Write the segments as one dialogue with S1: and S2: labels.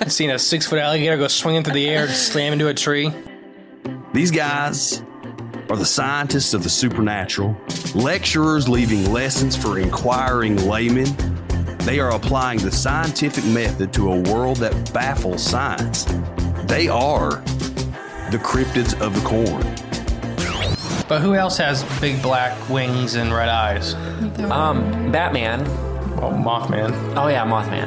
S1: I've seen a six foot alligator go swinging through the air and slam into a tree.
S2: These guys are the scientists of the supernatural, lecturers leaving lessons for inquiring laymen. They are applying the scientific method to a world that baffles science. They are the cryptids of the corn.
S1: But who else has big black wings and red eyes?
S3: Um, Batman.
S1: Oh, Mothman.
S3: Oh yeah, Mothman.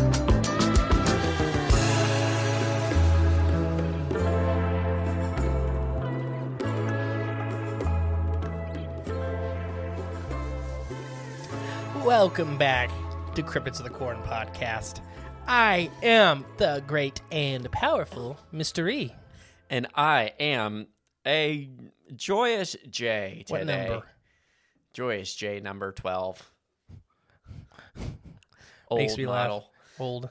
S4: Welcome back to Cryptids of the Corn podcast. I am the great and powerful Mr. E.
S3: And I am a joyous J
S4: What
S3: today.
S4: number?
S3: Joyous J number twelve. Old
S4: Makes me laugh.
S3: model.
S4: Old.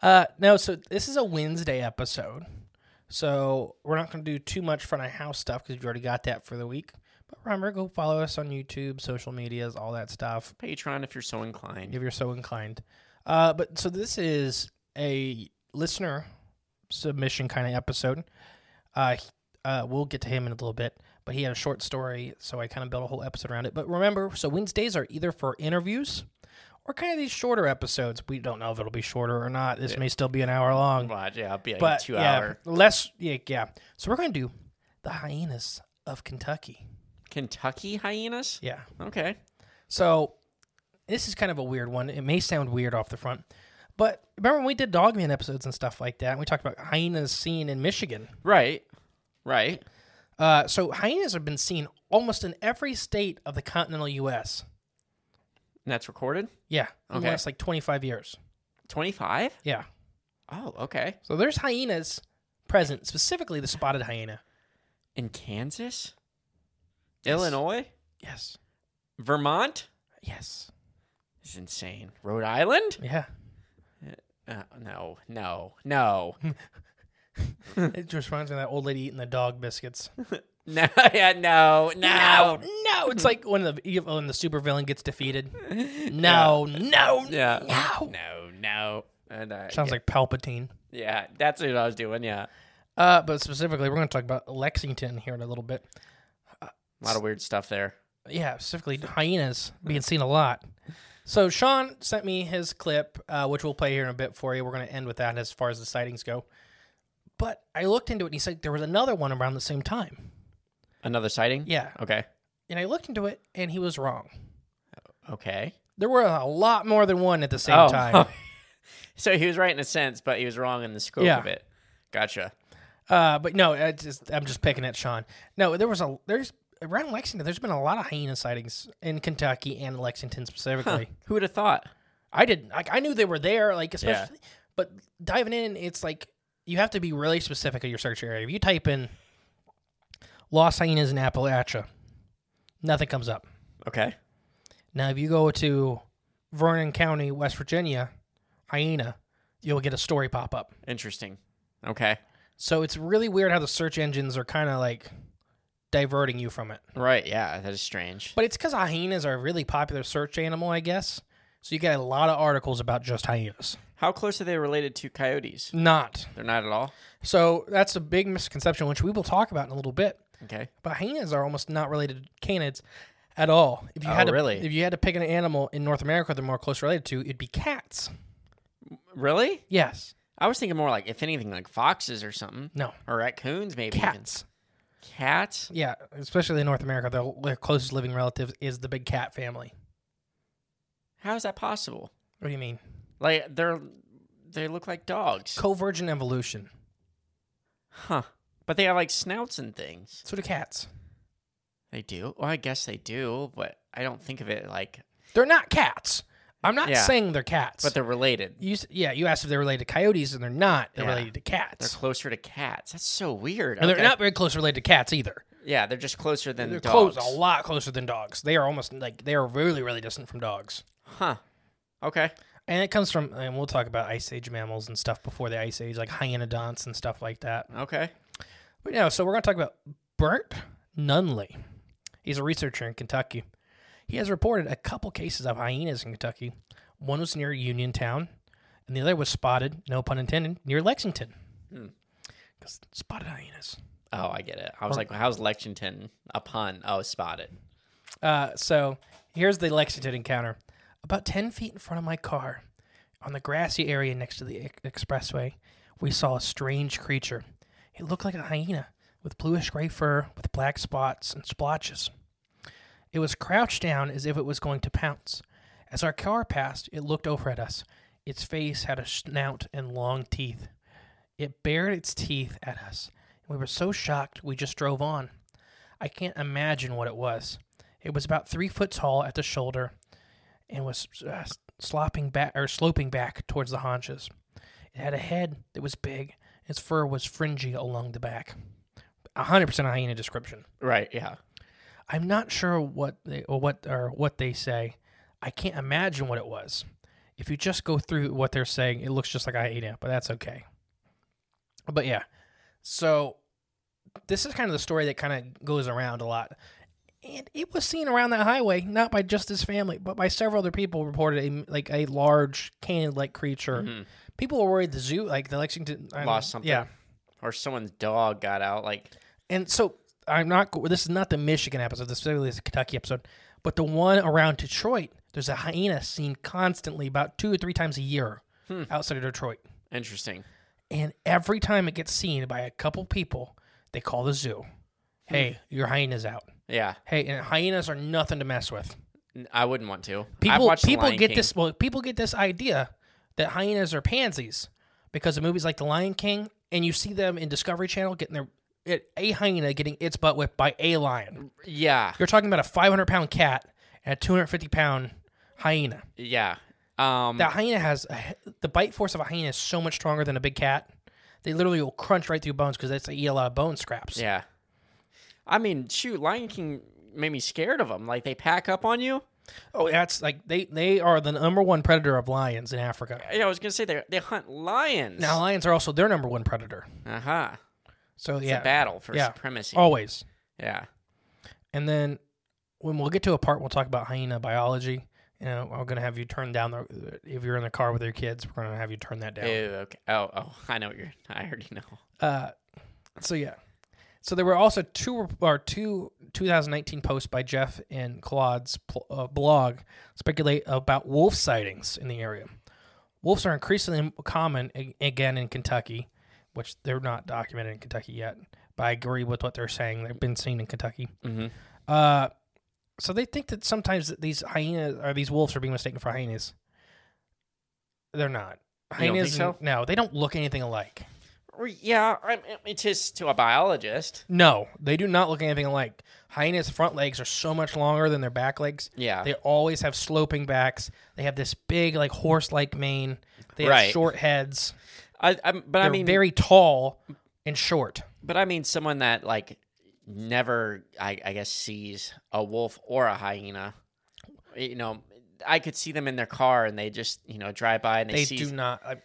S4: Uh, no, so this is a Wednesday episode. So we're not going to do too much front of house stuff because you already got that for the week. But remember, go follow us on YouTube, social medias, all that stuff.
S3: Patreon if you're so inclined.
S4: if you're so inclined. Uh, but so this is a listener submission kind of episode. Uh, he- uh, we'll get to him in a little bit, but he had a short story, so I kind of built a whole episode around it. But remember, so Wednesdays are either for interviews or kind of these shorter episodes. We don't know if it'll be shorter or not. This may still be an hour long,
S3: Watch, yeah, I'll be like
S4: but
S3: a two
S4: yeah,
S3: hour
S4: less. Yeah, yeah. So we're gonna do the hyenas of Kentucky.
S3: Kentucky hyenas?
S4: Yeah.
S3: Okay.
S4: So this is kind of a weird one. It may sound weird off the front, but remember when we did Dogman episodes and stuff like that, and we talked about hyenas seen in Michigan.
S3: Right. Right.
S4: Uh, so hyenas have been seen almost in every state of the continental U.S.
S3: And that's recorded?
S4: Yeah, in
S3: Okay.
S4: the last like 25 years.
S3: Twenty five?
S4: Yeah.
S3: Oh, okay.
S4: So there's hyenas present, specifically the spotted hyena.
S3: In Kansas? Illinois?
S4: Yes.
S3: Vermont?
S4: Yes.
S3: This is insane. Rhode Island?
S4: Yeah.
S3: Uh, no, no, no.
S4: it just reminds me of that old lady eating the dog biscuits.
S3: No, yeah, no, no.
S4: No, it's like when the evil- when the supervillain gets defeated. No, no,
S3: Yeah.
S4: no.
S3: No, no. And, uh,
S4: Sounds
S3: yeah,
S4: like Palpatine.
S3: yeah, that's what I was doing. Yeah,
S4: Uh, but specifically, we're going to talk about Lexington here in a little bit.
S3: a lot of weird stuff there.
S4: Yeah, specifically hyenas being seen a lot. So Sean sent me his clip, uh, which we'll play here in a bit for you. We're going to end with that as far as the sightings go. But I looked into it, and he said there was another one around the same time.
S3: Another sighting.
S4: Yeah,
S3: Okay.
S4: and I looked into it, and he was wrong.
S3: Okay.
S4: There were a lot more than one at the same
S3: Oh.
S4: time.
S3: so he was right in a sense, but he was wrong in the scope
S4: Yeah.
S3: of it. Gotcha.
S4: Uh, but no, I just, I'm just picking at Sean. No, there was a there's around Lexington. There's been a lot of hyena sightings in Kentucky and Lexington specifically.
S3: Who would have thought?
S4: I didn't like I knew they were there, like especially
S3: Yeah.
S4: but diving in, it's like you have to be really specific of your search area. If you type in Lost Hyenas in Appalachia, nothing comes up.
S3: Okay.
S4: Now if you go to Vernon County, West Virginia, hyena, you'll get a story pop up.
S5: Interesting. Okay.
S4: So it's really weird how the search engines are kind of like diverting you from it.
S5: Right. Yeah. That is strange.
S4: But it's because hyenas are a really popular search animal, I guess. So you get a lot of articles about just hyenas.
S5: How close are they related to coyotes?
S4: Not.
S5: They're not at all.
S4: So that's a big misconception, which we will talk about in a little bit.
S5: Okay.
S4: But hyenas are almost not related to canids at all. If you
S5: Oh,
S4: had to,
S5: really?
S4: If you had to pick an animal in North America they're more closely related to, it'd be cats.
S5: Really?
S4: Yes.
S5: I was thinking more like, if anything, like foxes or something.
S4: No.
S5: Or raccoons, maybe. even.
S4: Cats.
S5: Cats?
S4: Yeah, especially in North America, their, their closest living relative is the big cat family.
S5: How is that possible?
S4: What do you mean?
S5: Like they're they look like dogs.
S4: Covergent evolution.
S5: Huh. But they have like snouts and things.
S4: So do cats.
S5: They do. Well, I guess they do, but I don't think of it like
S4: They're not cats. I'm not
S5: Yeah.
S4: saying they're cats.
S5: but they're related.
S4: you, s- yeah, you asked if they're related to coyotes, and they're not. They're
S5: Yeah.
S4: related to
S5: They're
S4: cats.
S5: closer to cats. That's so weird.
S4: and
S5: Okay.
S4: they're not very close related to cats either.
S5: Yeah, they're just closer than
S4: They're
S5: dogs.
S4: close, a lot closer than dogs. They are almost like they are really, really distant from dogs.
S5: Huh. Okay.
S4: And it comes from, and we'll talk about ice age mammals and stuff before the ice age, like hyenodonts and stuff like that.
S5: Okay.
S4: But yeah, so we're going to talk about Bert Nunley. He's a researcher in Kentucky. He has reported a couple cases of hyenas in Kentucky. One was near Uniontown, and the other was spotted, no pun intended, near Lexington.
S5: Hmm.
S4: Because spotted hyenas.
S5: Oh, I get it. I was like, how's Lexington a pun? Oh, spotted.
S4: Uh, so here's the Lexington encounter. About 10 feet in front of my car, on the grassy area next to the ex- expressway, we saw a strange creature. It looked like a hyena with bluish gray fur with black spots and splotches. It was crouched down as if it was going to pounce. As our car passed, it looked over at us. Its face had a snout and long teeth. It bared its teeth at us. We were so shocked we just drove on. I can't imagine what it was. It was about three foot tall at the shoulder, and was uh, slopping back or sloping back towards the haunches. It had a head that was big. Its fur was fringy along the back. A hundred percent hyena description.
S5: Right. Yeah.
S4: I'm not sure what they or what or what they say. I can't imagine what it was. If you just go through what they're saying, it looks just like I ate it, but that's okay. But yeah, so this is kind of the story that kind of goes around a lot, and it was seen around that highway not by just this family, but by several other people reported a like a large canid-like creature. People were worried the zoo, like the Lexington, I don't-
S5: Mm-hmm. Lost something.
S4: Yeah,
S5: Or someone's dog got out. Like,
S4: and so I'm not. go- This is not the Michigan episode. This really is the Kentucky episode. But the one around Detroit, there's a hyena seen constantly, about two or three times a year,
S5: Hmm.
S4: outside of Detroit.
S5: interesting.
S4: And every time it gets seen by a couple people, they call the zoo.
S5: Hmm.
S4: Hey, your hyena's out.
S5: Yeah.
S4: Hey, and hyenas are nothing to mess with.
S5: N- I wouldn't want to. I've
S4: People,
S5: watched The
S4: people
S5: Lion
S4: get
S5: King.
S4: this. Well, people get this idea that hyenas are pansies because of movies like The Lion King, and you see them in Discovery Channel getting their a hyena getting its butt whipped by a lion.
S5: Yeah.
S4: You're talking about a 500 pound cat and a 250 pound hyena.
S5: Yeah. Um,
S4: That hyena has a, he- the bite force of a hyena is so much stronger than a big cat. They literally will crunch right through bones because they eat a lot of bone scraps.
S5: Yeah. I mean, shoot, Lion King made me scared of them. Like they pack up on you.
S4: Oh, that's like they they are the number one predator of lions in Africa.
S5: Yeah, I was gonna say they they hunt lions.
S4: Now lions are also their number one predator.
S5: uh huh.
S4: So
S5: It's
S4: yeah,
S5: a battle for
S4: Yeah. Oh.
S5: supremacy.
S4: always.
S5: yeah.
S4: And then when we'll get to a part, we'll talk about hyena biology. You know, I'm gonna have you turn down the if you're in the car with your kids, we're gonna have you turn that down.
S5: Ew, okay. Oh, oh, I know what you're. I already know.
S4: Uh, so yeah, so there were also two or two 2019 posts by Jeff and Claude's pl- uh, blog speculate about wolf sightings in the area. Wolves are increasingly common a- again in Kentucky, which they're not documented in Kentucky yet. But I agree with what they're saying; they've been seen in Kentucky.
S5: Mhm.
S4: Uh, so they think that sometimes that these hyenas or these wolves are being mistaken for hyenas. They're not.
S5: You don't think
S4: Hyenas,
S5: so?
S4: no, they don't look anything alike.
S5: Or, Yeah, I mean, it's just to a biologist.
S4: No, they do not look anything alike. Hyenas' front legs are so much longer than their back legs.
S5: Yeah.
S4: They always have sloping backs. They have this big, like horse like mane. They have
S5: Right.
S4: short heads.
S5: I, I but
S4: They're
S5: I mean,
S4: very tall and short.
S5: but I mean, someone that like never, I, I guess, sees a wolf or a hyena. You know, I could see them in their car and they just you know drive by and they,
S4: They
S5: see.
S4: do not. I,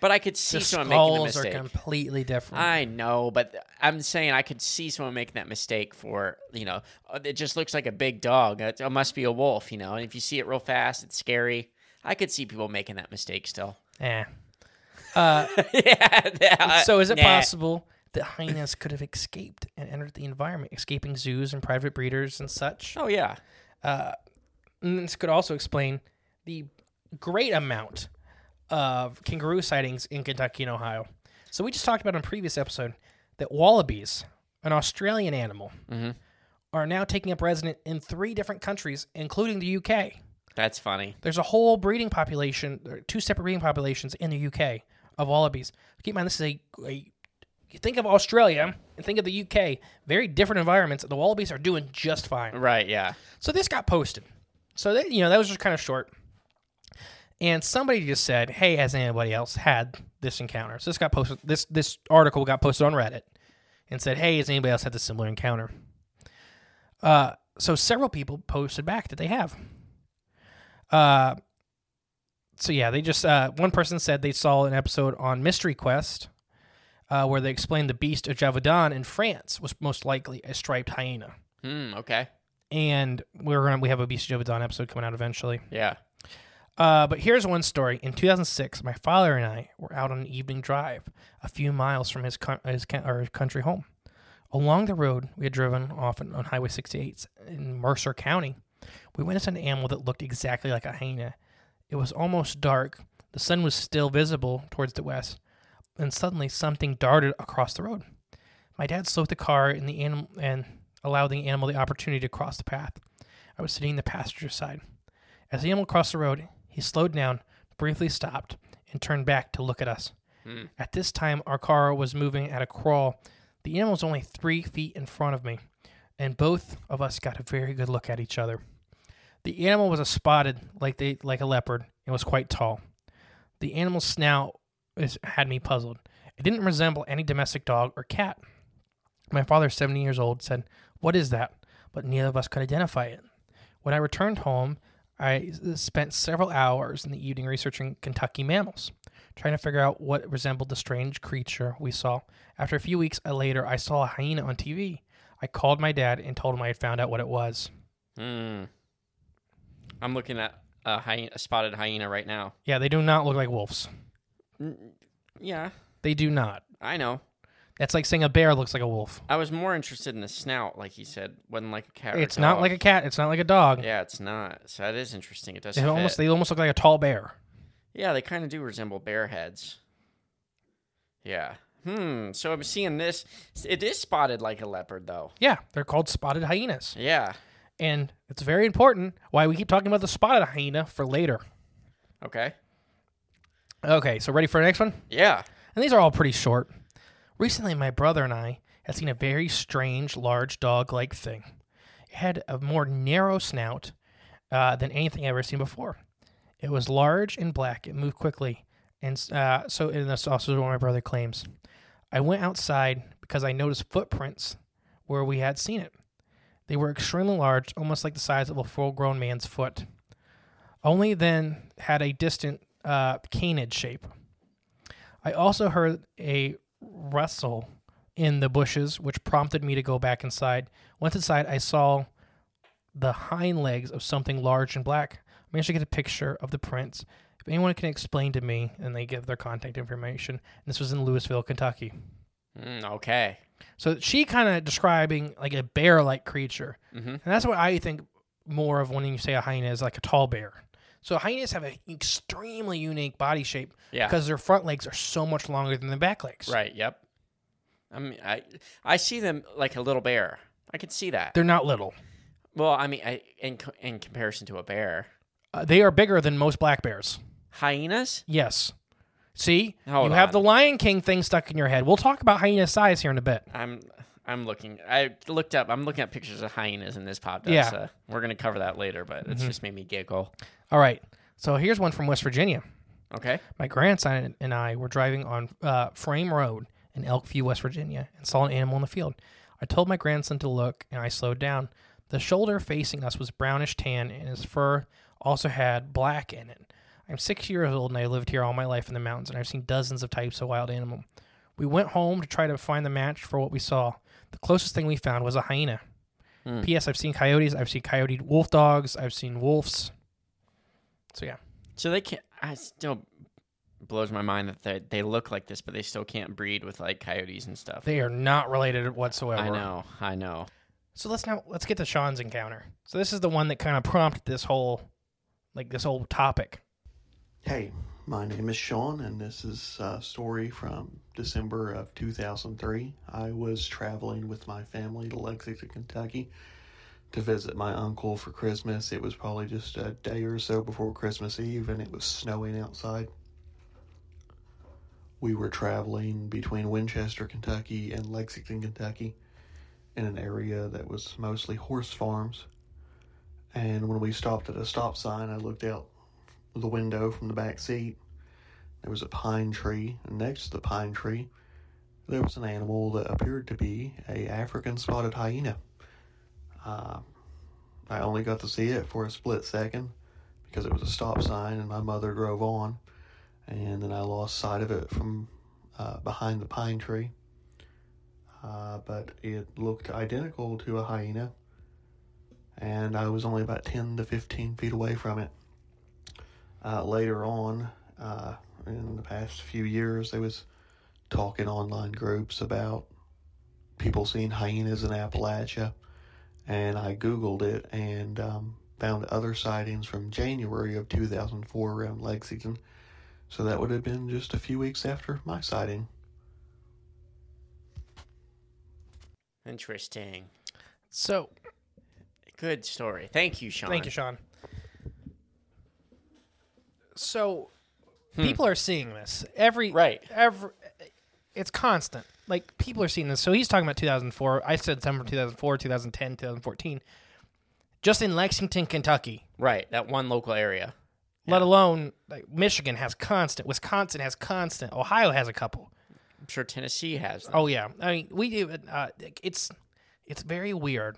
S5: But I could see
S4: the
S5: someone making the
S4: skulls are
S5: mistake.
S4: completely different.
S5: I know, but I'm saying I could see someone making that mistake for you know "Oh, it just looks like a big dog. It it must be a wolf, you know. And if you see it real fast, it's scary. I could see people making that mistake still.
S4: Eh.
S5: yeah. that-
S4: So is it
S5: nah.
S4: possible that hyenas could have escaped and entered the environment, escaping zoos and private breeders and such?
S5: Oh yeah.
S4: And this could also explain the great amount of kangaroo sightings in Kentucky and Ohio. So we just talked about on a previous episode that wallabies, an Australian animal, are now taking up resident in three different countries, including the UK.
S5: That's funny.
S4: There's a whole breeding population, or two separate breeding populations in the UK of wallabies. Keep in mind, this is a, a you think of Australia and think of the UK, very different environments. The wallabies are doing just fine.
S5: Right, yeah.
S4: So this got posted. So that you know that was just kind of short. And somebody just said, "Hey, has anybody else had this encounter?" So this got posted. This this article got posted on Reddit, and said, "Hey, has anybody else had this similar encounter?" Uh, so several people posted back that they have. Uh, so yeah, they just uh, one person said they saw an episode on Mystery Quest, uh, where they explained the beast of Javadon in France was most likely a striped hyena
S5: Hmm, okay.
S4: and we're gonna we have a Beast of Jovedon episode coming out eventually.
S5: Yeah.
S4: Uh, but here's one story. In 2006, my father and I were out on an evening drive, a few miles from his coun- his coun- or his country home. Along the road, we had driven off on, on Highway 68 in Mercer County. We witnessed an animal that looked exactly like a hyena. It was almost dark. The sun was still visible towards the west, and suddenly something darted across the road. My dad slowed the car and the animal and allowed the animal the opportunity to cross the path. I was sitting in the passenger side. As the animal crossed the road, he slowed down, briefly stopped, and turned back to look at us. At this time, our car was moving at a crawl. The animal was only three feet in front of me, and both of us got a very good look at each other. The animal was a spotted, like they like a leopard, and was quite tall. The animal's snout is, had me puzzled. It didn't resemble any domestic dog or cat. My father, 70 years old, said, What is that? But neither of us could identify it. When I returned home, I s- spent several hours in the evening researching Kentucky mammals, trying to figure out what resembled the strange creature we saw. After a few weeks later, I saw a hyena on TV. I called my dad and told him I had found out what it was.
S5: Hmm. I'm looking at a hyena, a spotted hyena right now.
S4: Yeah, they do not look like wolves.
S5: Yeah,
S4: They do not.
S5: I know.
S4: That's like saying a bear looks like a wolf.
S5: I was more interested in the snout, like you said, wasn't like a cat. or
S4: It's not
S5: dog.
S4: like a cat. It's not like a dog.
S5: Yeah, it's not. So that is interesting. It does
S4: They
S5: fit.
S4: almost they almost look like a tall bear.
S5: Yeah, they kind of do resemble bear heads. Yeah. Hmm. So I'm seeing this. It is spotted like a leopard, though.
S4: Yeah, they're called spotted hyenas.
S5: Yeah.
S4: And it's very important why we keep talking about the spotted hyena for later.
S5: Okay.
S4: Okay, so ready for the next one?
S5: Yeah.
S4: And these are all pretty short. Recently, my brother and I had seen a very strange, large dog like thing. It had a more narrow snout uh, than anything I've ever seen before. It was large and black. It moved quickly. And uh, so, and that's also what my brother claims. I went outside because I noticed footprints where we had seen it. They were extremely large, almost like the size of a full grown man's foot. Only then had a distant uh, canid shape. I also heard a rustle in the bushes, which prompted me to go back inside. Once inside, I saw the hind legs of something large and black. I managed to get a picture of the prints. If anyone can explain to me, and they give their contact information. this was in Louisville, Kentucky.
S5: Hmm, okay.
S4: So she kind of describing like a bear-like creature, and that's what I think more of when you say a hyena is like a tall bear. So hyenas have an extremely unique body shape
S5: Yeah.
S4: because their front legs are so much longer than their back legs.
S5: Right. Yep. I mean, I I see them like a little bear. I can see that.
S4: They're not little.
S5: well, I mean, I, in co- in comparison to a bear,
S4: Uh, they are bigger than most black bears.
S5: hyenas.
S4: Yes. See,
S5: Hold
S4: you have
S5: on.
S4: the Lion King thing stuck in your head. We'll talk about hyena size here in a bit.
S5: I'm I'm looking. I looked up. I'm looking at pictures of hyenas, and this popped up.
S4: Yeah. Mm-hmm.
S5: So we're gonna cover that later, but it's just made me giggle.
S4: All right. So here's one from West Virginia.
S5: Okay.
S4: My grandson and I were driving on uh, Frame Road in Elkview, West Virginia, and saw an animal in the field. I told my grandson to look, and I slowed down. The shoulder facing us was brownish tan, and his fur also had black in it. I'm six years old and I lived here all my life in the mountains, and I've seen dozens of types of wild animal. We went home to try to find the match for what we saw. The closest thing we found was a hyena.
S5: Hmm.
S4: P.S. I've seen coyotes. I've seen coyote wolf dogs. I've seen wolves. So yeah,
S5: So they can't. I still blows my mind that they they look like this, but they still can't breed with like coyotes and stuff.
S4: they are not related whatsoever.
S5: I know, I know.
S4: So let's now let's get to Sean's encounter. So this is the one that kind of prompted this whole, like this whole topic.
S6: Hey, my name is Sean, and this is a story from December of 2003. I was traveling with my family to Lexington, Kentucky to visit my uncle for Christmas. It was probably just a day or so before Christmas Eve, and it was snowing outside. We were traveling between Winchester, Kentucky, and Lexington, Kentucky, in an area that was mostly horse farms. And when we stopped at a stop sign, I looked out the window from the back seat. There was a pine tree, and next to the pine tree, there was an animal that appeared to be a African spotted hyena. Uh, I only got to see it for a split second because it was a stop sign, and my mother drove on, and then I lost sight of it from uh, behind the pine tree. Uh, but it looked identical to a hyena, and I was only about 10 to 15 feet away from it uh, later on uh, in the past few years they was talking online groups about people seeing hyenas in appalachia and i googled it and um, found other sightings from january of 2004 around lexington so that would have been just a few weeks after my sighting
S5: Interesting.
S4: So
S5: Good story. Thank you, Sean.
S4: Thank you, Sean. So people are seeing this every
S5: Right.
S4: Every it's constant. Like people are seeing this. So he's talking about 2004. I said September 2004, 2010, 2014. Just in Lexington, Kentucky,
S5: Right, that one local area.
S4: let alone like Michigan has constant. Wisconsin has constant. Ohio has a couple.
S5: I'm sure Tennessee has. Them.
S4: Oh yeah, I mean we do. Uh, it's it's very weird.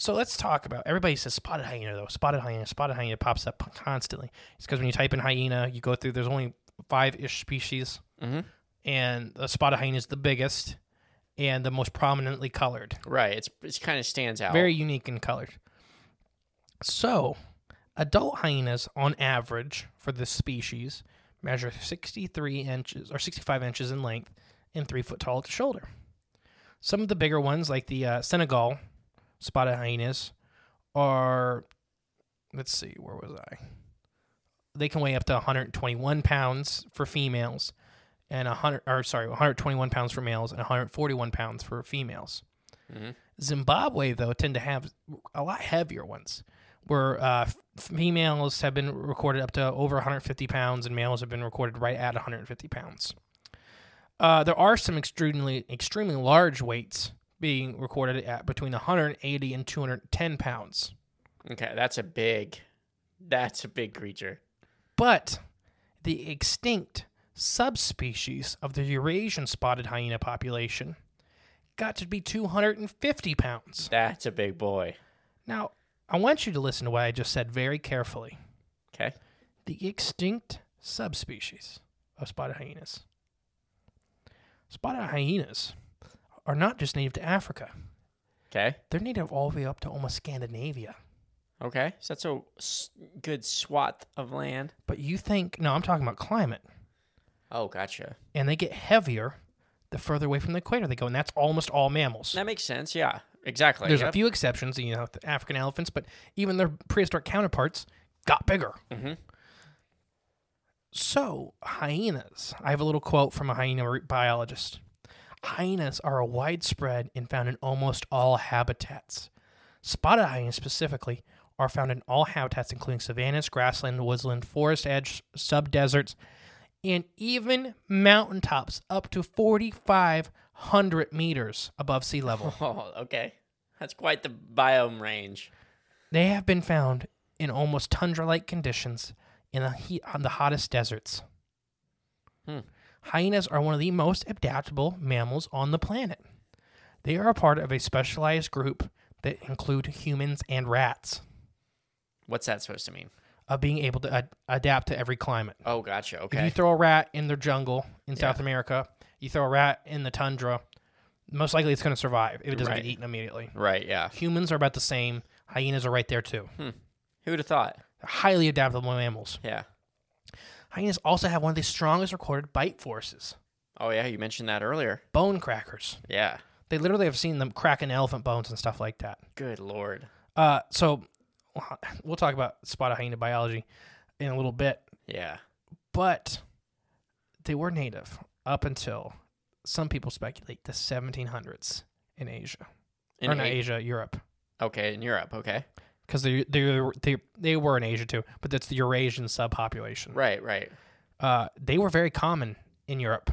S4: So let's talk about everybody says spotted hyena though. Spotted hyena, spotted hyena pops up constantly. It's because when you type in hyena, you go through. There's only five ish species, and the spotted hyena is the biggest and the most prominently colored.
S5: Right, it's it's kind of stands out.
S4: Very unique in color. So, adult hyenas, on average, for this species, measure 63 inches or 65 inches in length and three foot tall at the shoulder. Some of the bigger ones, like the uh, Senegal spotted hyenas, are. Let's see, where was I? They can weigh up to 121 pounds for females, and 100 or sorry, 121 pounds for males and 141 pounds for females. Zimbabwe, though, tend to have a lot heavier ones, where uh, f- females have been recorded up to over 150 pounds and males have been recorded right at 150 pounds. Uh, there are some extremely extremely large weights being recorded at between 180 and 210 pounds.
S5: okay, that's a big, that's a big creature.
S4: But the extinct subspecies of the Eurasian spotted hyena population got to be 250 pounds.
S5: That's a big boy.
S4: Now, I want you to listen to what I just said very carefully.
S5: Okay,
S4: The extinct subspecies of spotted hyenas. Spotted hyenas are not just native to Africa,
S5: okay,
S4: they're native all the way up to almost Scandinavia.
S5: okay. So that's a s- good swath of land.
S4: But you think, no, I'm talking about climate.
S5: Oh, gotcha.
S4: And they get heavier the further away from the equator they go, and that's almost all mammals.
S5: That makes sense. Yeah, exactly.
S4: There's
S5: yep.
S4: a few exceptions, you know, the African elephants, but even their prehistoric counterparts got bigger.
S5: Mm-hmm.
S4: So, hyenas. I have a little quote from a hyena re- biologist. Hyenas are widespread and found in almost all habitats. Spotted hyenas specifically are found in all habitats, including savannas, grassland, woodland, forest edge, subdeserts, and even mountaintops up to 4,500 meters above sea level.
S5: Oh, okay. That's quite the biome range.
S4: They have been found in almost tundra-like conditions in the heat on the hottest deserts.
S5: Hmm.
S4: Hyenas are one of the most adaptable mammals on the planet. They are a part of a specialized group that include humans and rats.
S5: What's that supposed to mean?
S4: of being able to ad- adapt to every climate.
S5: Oh, gotcha.
S4: If you
S5: Okay.
S4: throw a rat in the jungle in South America, you throw a rat in the tundra, most likely it's going to survive if it doesn't
S5: Right.
S4: get eaten immediately.
S5: right. Yeah.
S4: Humans are about the same. Hyenas are right there too.
S5: Hmm. Who'd have thought?
S4: They're highly adaptable mammals.
S5: Yeah.
S4: Hyenas also have one of the strongest recorded bite forces.
S5: Oh yeah. You mentioned that earlier.
S4: Bone crackers.
S5: Yeah.
S4: They literally have seen them cracking elephant bones and stuff like that.
S5: Good lord.
S4: Uh, so we'll talk about spotted hyena biology in a little bit,
S5: Yeah.
S4: but they were native up until some people speculate the 1700s in Asia
S5: In
S4: or not
S5: A-
S4: Asia, Europe,
S5: Okay. In Europe. Okay.
S4: because they they they they were in Asia too, but that's the Eurasian subpopulation.
S5: Right. Right.
S4: Uh, they were very common in Europe,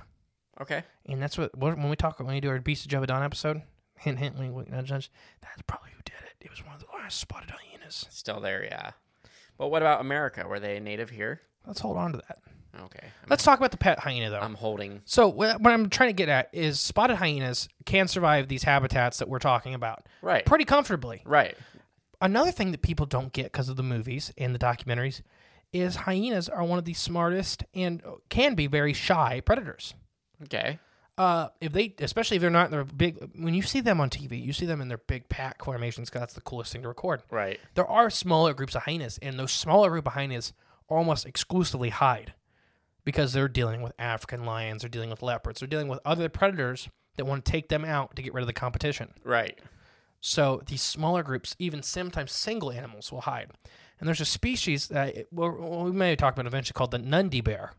S5: Okay.
S4: and that's what what- when we talk when we do our Beast of Java Dawn episode. Hint, hint. We, we not judge. That's probably who did it. It was one of the last spotted hyenas.
S5: Still there. Yeah. But what about America? Were they native here?
S4: Let's hold on to that.
S5: Okay. I'm,
S4: Let's talk about the pet hyena though.
S5: I'm holding.
S4: So what what I'm trying to get at is spotted hyenas can survive these habitats that we're talking about
S5: Right.
S4: pretty comfortably.
S5: Right.
S4: Another thing that people don't get because of the movies and the documentaries is hyenas are one of the smartest and can be very shy predators.
S5: Okay.
S4: Uh, if they, especially if they're not in their big, when you see them on TV, you see them in their big pack formations because that's the coolest thing to record.
S5: Right.
S4: There are smaller groups of hyenas, and those smaller group of hyenas almost exclusively hide because they're dealing with African lions, they're dealing with leopards, they're dealing with other predators that want to take them out to get rid of the competition.
S5: Right.
S4: So these smaller groups, even sometimes single animals, will hide. And there's a species that it- well, we may talk about eventually called the Nandi bear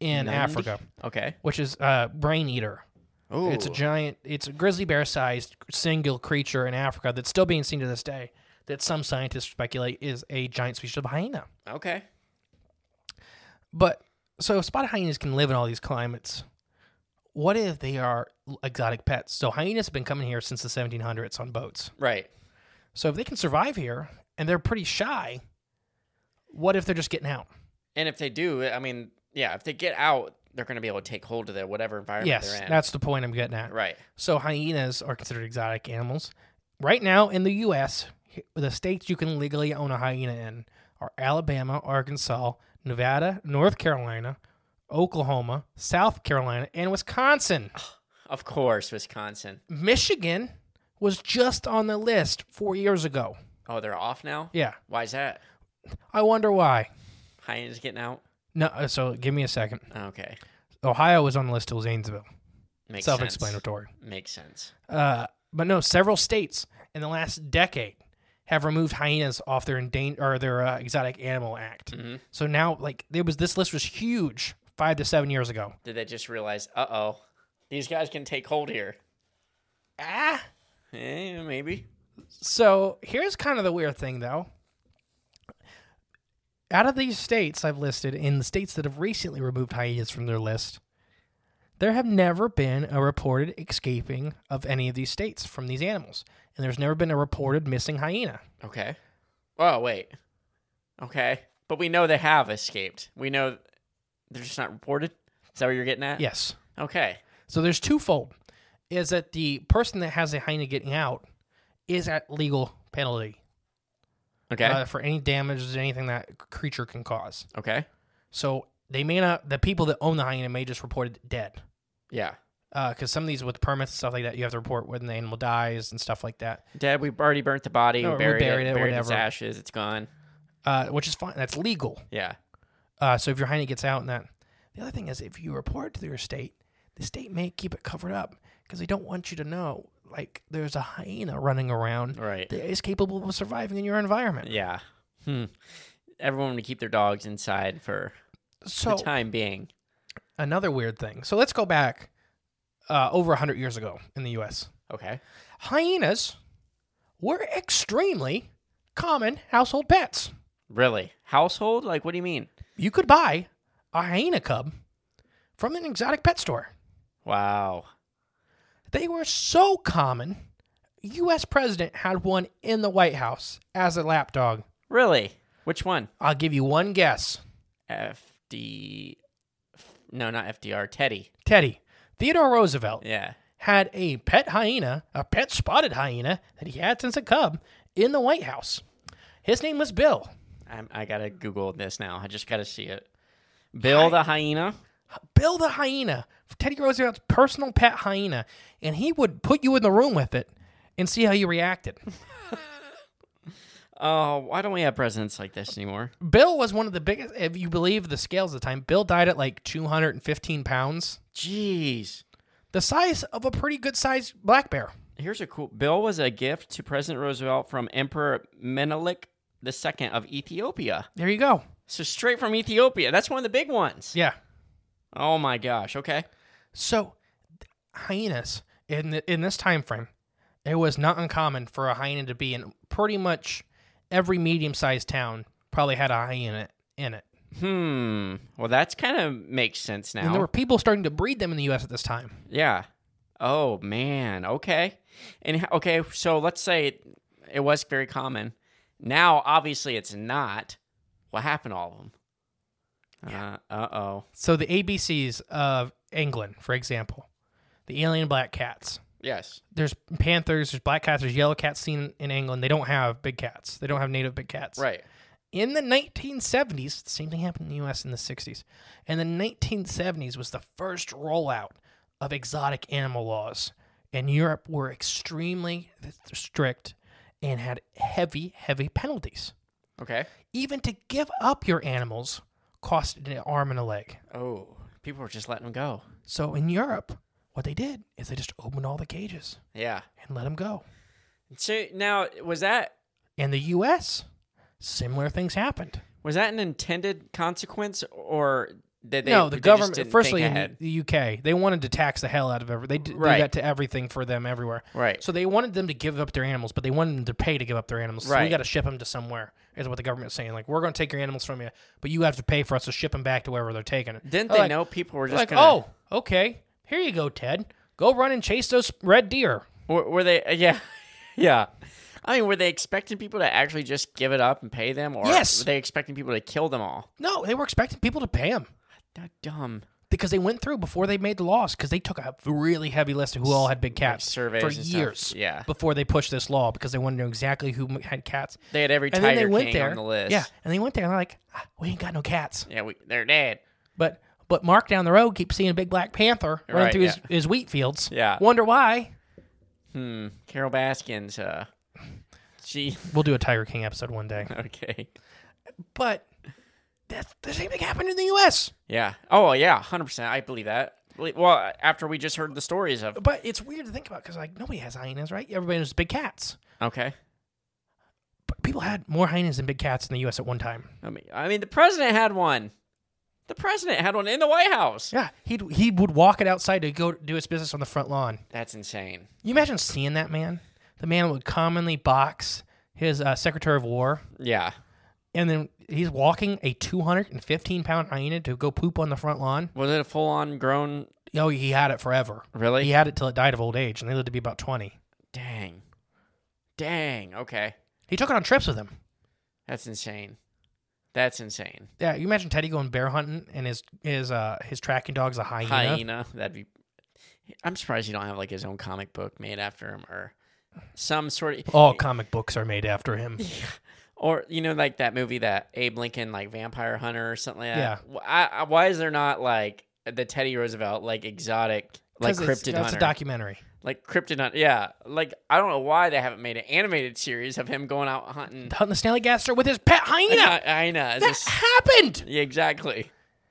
S4: in
S5: Nandi?
S4: Africa,
S5: Okay.
S4: which is a brain eater.
S5: Oh.
S4: It's a giant, it's a grizzly bear sized single creature in Africa that's still being seen to this day that some scientists speculate is a giant species of hyena.
S5: Okay.
S4: But so spotted hyenas can live in all these climates. What if they are exotic pets? So hyenas have been coming here since the 1700s on boats.
S5: Right.
S4: So if they can survive here and they're pretty shy, what if they're just getting out?
S5: And if they do, I mean, yeah, if they get out, they're going to be able to take hold of their whatever environment
S4: Yes,
S5: they're in.
S4: that's the point I'm getting at.
S5: right.
S4: So hyenas are considered exotic animals. Right now in the U.S., h- the states you can legally own a hyena in are Alabama, Arkansas, Nevada, North Carolina, Oklahoma, South Carolina, and Wisconsin.
S5: Of course, Wisconsin.
S4: Michigan was just on the list four years ago.
S5: Oh, they're off now?
S4: Yeah,
S5: Why is that?
S4: I wonder why.
S5: Hyenas getting out?
S4: No, uh, so give me a second.
S5: Okay.
S4: Ohio was on the list till Zanesville.
S5: Makes
S4: Self-explanatory.
S5: Sense. Makes sense.
S4: Uh, but no, several states in the last decade have removed hyenas off their endangered or their uh, exotic animal act. So now, like, there was this list was huge five to seven years ago.
S5: Did they just realize, uh oh, these guys can take hold here?
S4: Ah,
S5: Eh, maybe.
S4: so here's kind of the weird thing though. Out of these states I've listed, in the states that have recently removed hyenas from their list, there have never been a reported escaping of any of these states from these animals, and there's never been a reported missing hyena.
S5: Okay. Oh, wait. Okay. But we know they have escaped. We know they're just not reported. Is that what you're getting at?
S4: Yes.
S5: Okay.
S4: So there's twofold: is that the person that has a hyena getting out is at legal penalty
S5: Okay.
S4: uh, for any damages, anything that creature can cause.
S5: okay.
S4: So they may not. The people that own the hyena may just report it dead,
S5: Yeah.
S4: because some of these with permits and stuff like that, you have to report when the animal dies and stuff like that,
S5: Dad, we already burnt the body.
S4: No,
S5: we
S4: we
S5: buried,
S4: buried
S5: it.
S4: it,
S5: buried its
S4: whatever.
S5: ashes. It's gone.
S4: uh, which is fine. That's legal.
S5: Yeah.
S4: Uh, so if your hyena gets out and that, the other thing is if you report to your state, the state may keep it covered up because they don't want you to know like there's a hyena running around
S5: Right.
S4: that is capable of surviving in your environment.
S5: Yeah. Hmm. Everyone would keep their dogs inside for
S4: So
S5: the time being.
S4: another weird thing. So let's go back uh, over 100 years ago in the U.S.
S5: Okay.
S4: Hyenas were extremely common household pets.
S5: Really? Household? Like, what do you mean?
S4: You could buy a hyena cub from an exotic pet store.
S5: Wow.
S4: They were so common. U.S. president had one in the White House as a lapdog.
S5: Really? Which one?
S4: I'll give you one guess.
S5: FD. No, not FDR. Teddy.
S4: Teddy, Theodore Roosevelt
S5: Yeah.
S4: had a pet hyena, a pet spotted hyena that he had since a cub in the White House. His name was Bill.
S5: I'm, I gotta Google this now. I just gotta see it. Bill the hyena.
S4: Bill the hyena, Teddy Roosevelt's personal pet hyena, and he would put you in the room with it and see how you reacted.
S5: Oh, why don't we have presidents like this anymore?
S4: Bill was one of the biggest, if you believe the scales at the time, Bill died at like 215 pounds,
S5: Jeez.
S4: the size of a pretty good sized black bear.
S5: Here's a cool. Bill was a gift to President Roosevelt from Emperor Menelik II of Ethiopia.
S4: There you go.
S5: So straight from Ethiopia. That's one of the big ones.
S4: Yeah.
S5: Oh my gosh. Okay.
S4: So th- hyenas in th in this time frame, it was not uncommon for a hyena to be in pretty much every medium sized town. Probably had a hyena in it,
S5: Hmm. Well, that's kind of makes sense now.
S4: and there were people starting to breed them in the U.S. at this time.
S5: Yeah. Oh man. Okay. And h- okay, so let's say it, it was very common. Now, obviously, it's not. What happened to all of them? Uh oh.
S4: So the ABCs of England, for example, the alien black cats.
S5: Yes.
S4: There's panthers, there's black cats, there's yellow cats seen in England. They don't have big cats. They don't have native big cats.
S5: Right.
S4: in the 1970s, the same thing happened in the US in the 60s. And the 1970s was the first rollout of exotic animal laws. And Europe were extremely strict and had heavy, heavy penalties.
S5: Okay.
S4: Even to give up your animals cost an arm and a leg.
S5: Oh, people were just letting them go.
S4: So in Europe, what they did is they just opened all the cages
S5: Yeah.
S4: and let them go.
S5: So now, was that
S4: In the US, similar things happened.
S5: was that an intended consequence, or did they?
S4: no, the
S5: they just
S4: government.
S5: didn't
S4: Firstly,
S5: think
S4: in
S5: ahead?
S4: the UK, they wanted to tax the hell out of every. They d-
S5: Right.
S4: do that to everything for them everywhere.
S5: Right.
S4: So they wanted them to give up their animals, but they wanted them to pay to give up their animals. So
S5: Right.
S4: we got to ship them to somewhere. Is what the government's saying. Like we're going to take your animals from you, but you have to pay for us to ship them back to wherever they're taking it.
S5: Didn't
S4: They're
S5: they
S4: like-
S5: know people were
S4: they're
S5: just
S4: like,
S5: gonna?
S4: oh, okay, here you go, Ted. Go run and chase those red deer.
S5: Were, were they? Yeah, yeah. I mean, were they expecting people to actually just give it up and pay them, or
S4: Yes.
S5: were they expecting people to kill them all?
S4: No, they were expecting people to pay them
S5: That dumb.
S4: because they went through before they made the laws because they took a really heavy list of who all had big cats
S5: surveys
S4: for
S5: and stuff.
S4: years
S5: Yeah.
S4: before they pushed this law because they wanted to know exactly who m- had cats
S5: They had every
S4: and
S5: tiger
S4: then they went
S5: king
S4: there
S5: on the list.
S4: yeah and they went there and they're like "Ah, we ain't got no cats
S5: yeah. We, they're dead.
S4: but but Mark down the road keeps seeing a big black panther running
S5: Right,
S4: through his,
S5: yeah.
S4: his wheat fields
S5: Yeah.
S4: wonder why
S5: Hmm. Carol Baskins. Uh, she.
S4: we'll do a Tiger King episode one day
S5: Okay.
S4: but that's the same thing happened in the U.S.
S5: Yeah. Oh yeah. Hundred percent. I believe that. Believe- Well, after we just heard the stories of.
S4: but it's weird to think about because like nobody has hyenas right everybody knows big cats
S5: Okay.
S4: but people had more hyenas than big cats in the U.S. at one time.
S5: I mean, I mean, the president had one. The president had one in the White House.
S4: Yeah, he'd he would walk it outside to go do his business on the front lawn.
S5: That's insane.
S4: You imagine seeing that man? The man would commonly box his uh, Secretary of War,
S5: Yeah.
S4: and then he's walking a 215 pound hyena to go poop on the front lawn.
S5: Was it a full-on grown?
S4: Yo, he had it forever.
S5: Really?
S4: He had it till it died of old age, and they lived to be about 20.
S5: Dang. Dang. Okay.
S4: He took it on trips with him.
S5: That's insane. That's insane.
S4: Yeah, you imagine Teddy going bear hunting, and his his uh, his tracking dog's a hyena.
S5: Hyena. That'd be. I'm surprised you don't have like his own comic book made after him or some sort of.
S4: All comic books are made after him.
S5: Or you know, like that movie that Abe Lincoln, like Vampire Hunter or something like that.
S4: Yeah.
S5: Wh- I, I, why is there not like the Teddy Roosevelt, like exotic, like
S4: 'Cause it's-
S5: cryptid
S4: That's
S5: hunter,
S4: a documentary.
S5: like cryptid hunter? Yeah. Like I don't know why they haven't made an animated series of him going out hunting.
S4: Hunting the Snallygaster with his pet hyena.
S5: I, I know. It's
S4: That
S5: just-
S4: happened.
S5: yeah, exactly.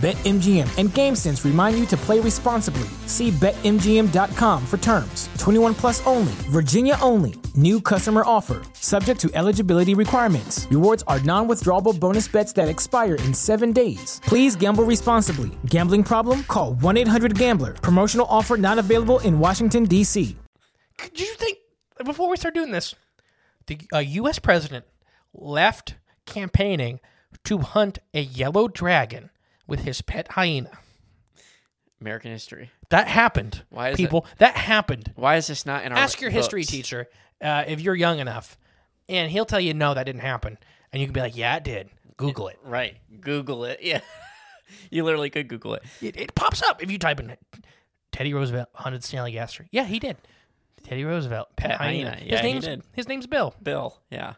S7: BetMGM and GameSense remind you to play responsibly. See BetMGM.com for terms. 21 plus only, Virginia only. New customer offer, subject to eligibility requirements. Rewards are non withdrawable bonus bets that expire in seven days. Please gamble responsibly. Gambling problem? Call 1 800 Gambler. Promotional offer not available in Washington, D.C.
S4: Did you think before we start doing this, the uh, U.S. president left campaigning to hunt a yellow dragon with his pet hyena?
S5: American history.
S4: That happened.
S5: Why is it-
S4: people? That happened.
S5: Why is this not in our
S4: Ask your history
S5: books?
S4: teacher uh, if you're young enough, and he'll tell you no, that didn't happen, and you can be like, yeah, it did. Google it.
S5: Right. Google it. Yeah. you literally could Google it.
S4: It, it pops up if you type in Teddy Roosevelt hunted Stanley Gaster. Yeah, he did. Teddy Roosevelt pet,
S5: Pet
S4: hyena.
S5: hyena.
S4: his
S5: Yeah, he
S4: name's
S5: did.
S4: his name's Bill.
S5: Bill. Yeah.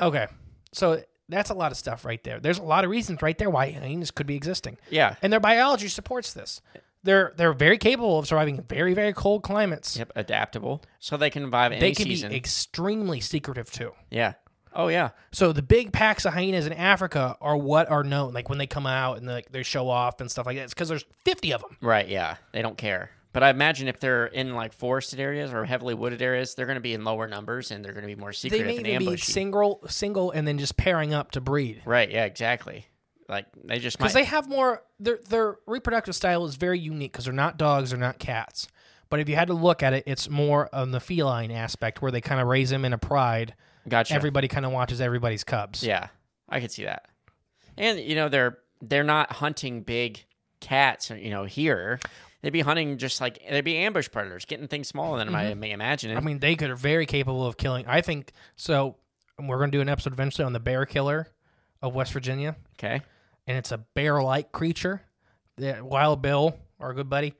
S4: Okay, so that's a lot of stuff right there. There's a lot of reasons right there why hyenas could be existing.
S5: Yeah.
S4: and their biology supports this. They're they're very capable of surviving in very very cold climates.
S5: Yep. Adaptable. So they can survive any
S4: They can
S5: season.
S4: be extremely secretive too.
S5: yeah. Oh yeah.
S4: So the big packs of hyenas in Africa are what are known, like when they come out and like they show off and stuff like that. It's because there's 50 of them.
S5: Right. Yeah. They don't care. But I imagine if they're in like forested areas or heavily wooded areas, they're going to be in lower numbers and they're going to be more
S4: They
S5: secretive
S4: may
S5: and
S4: even be
S5: ambushy.
S4: single, single, and then just pairing up to breed
S5: right. Yeah. Exactly. Like they just might.
S4: because they have more. Their their reproductive style is very unique because they're not dogs, they're not cats. But if you had to look at it, it's more on the feline aspect where they kind of raise them in a pride.
S5: gotcha.
S4: Everybody kind of watches everybody's cubs.
S5: Yeah, I could see that. And you know they're they're not hunting big cats, you know, here. They'd be hunting just like they'd be ambush predators, getting things smaller than I may imagine.
S4: Mm-hmm. I mean, they could are very capable of killing. I think so. and We're going to do an episode eventually on the bear killer of West Virginia.
S5: okay,
S4: and it's a bear-like creature. That Wild Bill, our good buddy,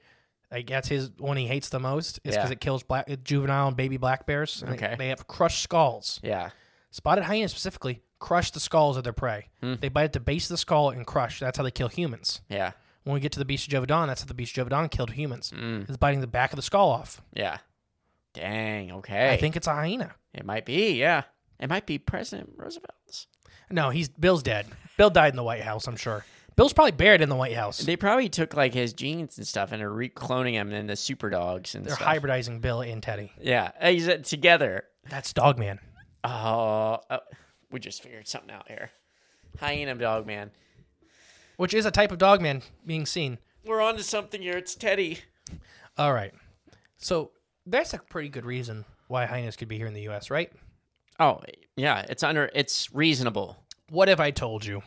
S4: like that's his one he hates the most, is because
S5: Yeah.
S4: it kills black uh, juvenile and baby black bears. and they-
S5: Okay.
S4: they, have crushed skulls.
S5: yeah,
S4: Spotted hyenas specifically crush the skulls of their prey. They bite at the base of the skull and crush. That's how they kill humans.
S5: yeah,
S4: When we get to the Beast of Jovadon, that's how the Beast of Jovadon killed humans. It's biting the back of the skull off.
S5: yeah. Dang. Okay,
S4: I think it's a hyena.
S5: it might be. Yeah, it might be President Roosevelt's.
S4: No, he's Bill's dead. Bill died in the White House. I'm sure. Bill's probably buried in the White House.
S5: They probably took like his genes and stuff and are recloning him into super dogs and
S4: They're
S5: stuff.
S4: hybridizing Bill and Teddy.
S5: Yeah, he's uh, together.
S4: That's Dogman.
S5: Oh, oh, we just figured something out here. Hyena dog man.
S4: which is a type of dogman being seen.
S5: We're onto something here. It's Teddy.
S4: All right. So that's a pretty good reason why hyenas could be here in the U.S., right?
S5: Oh yeah, it's under. It's reasonable.
S4: What if I told you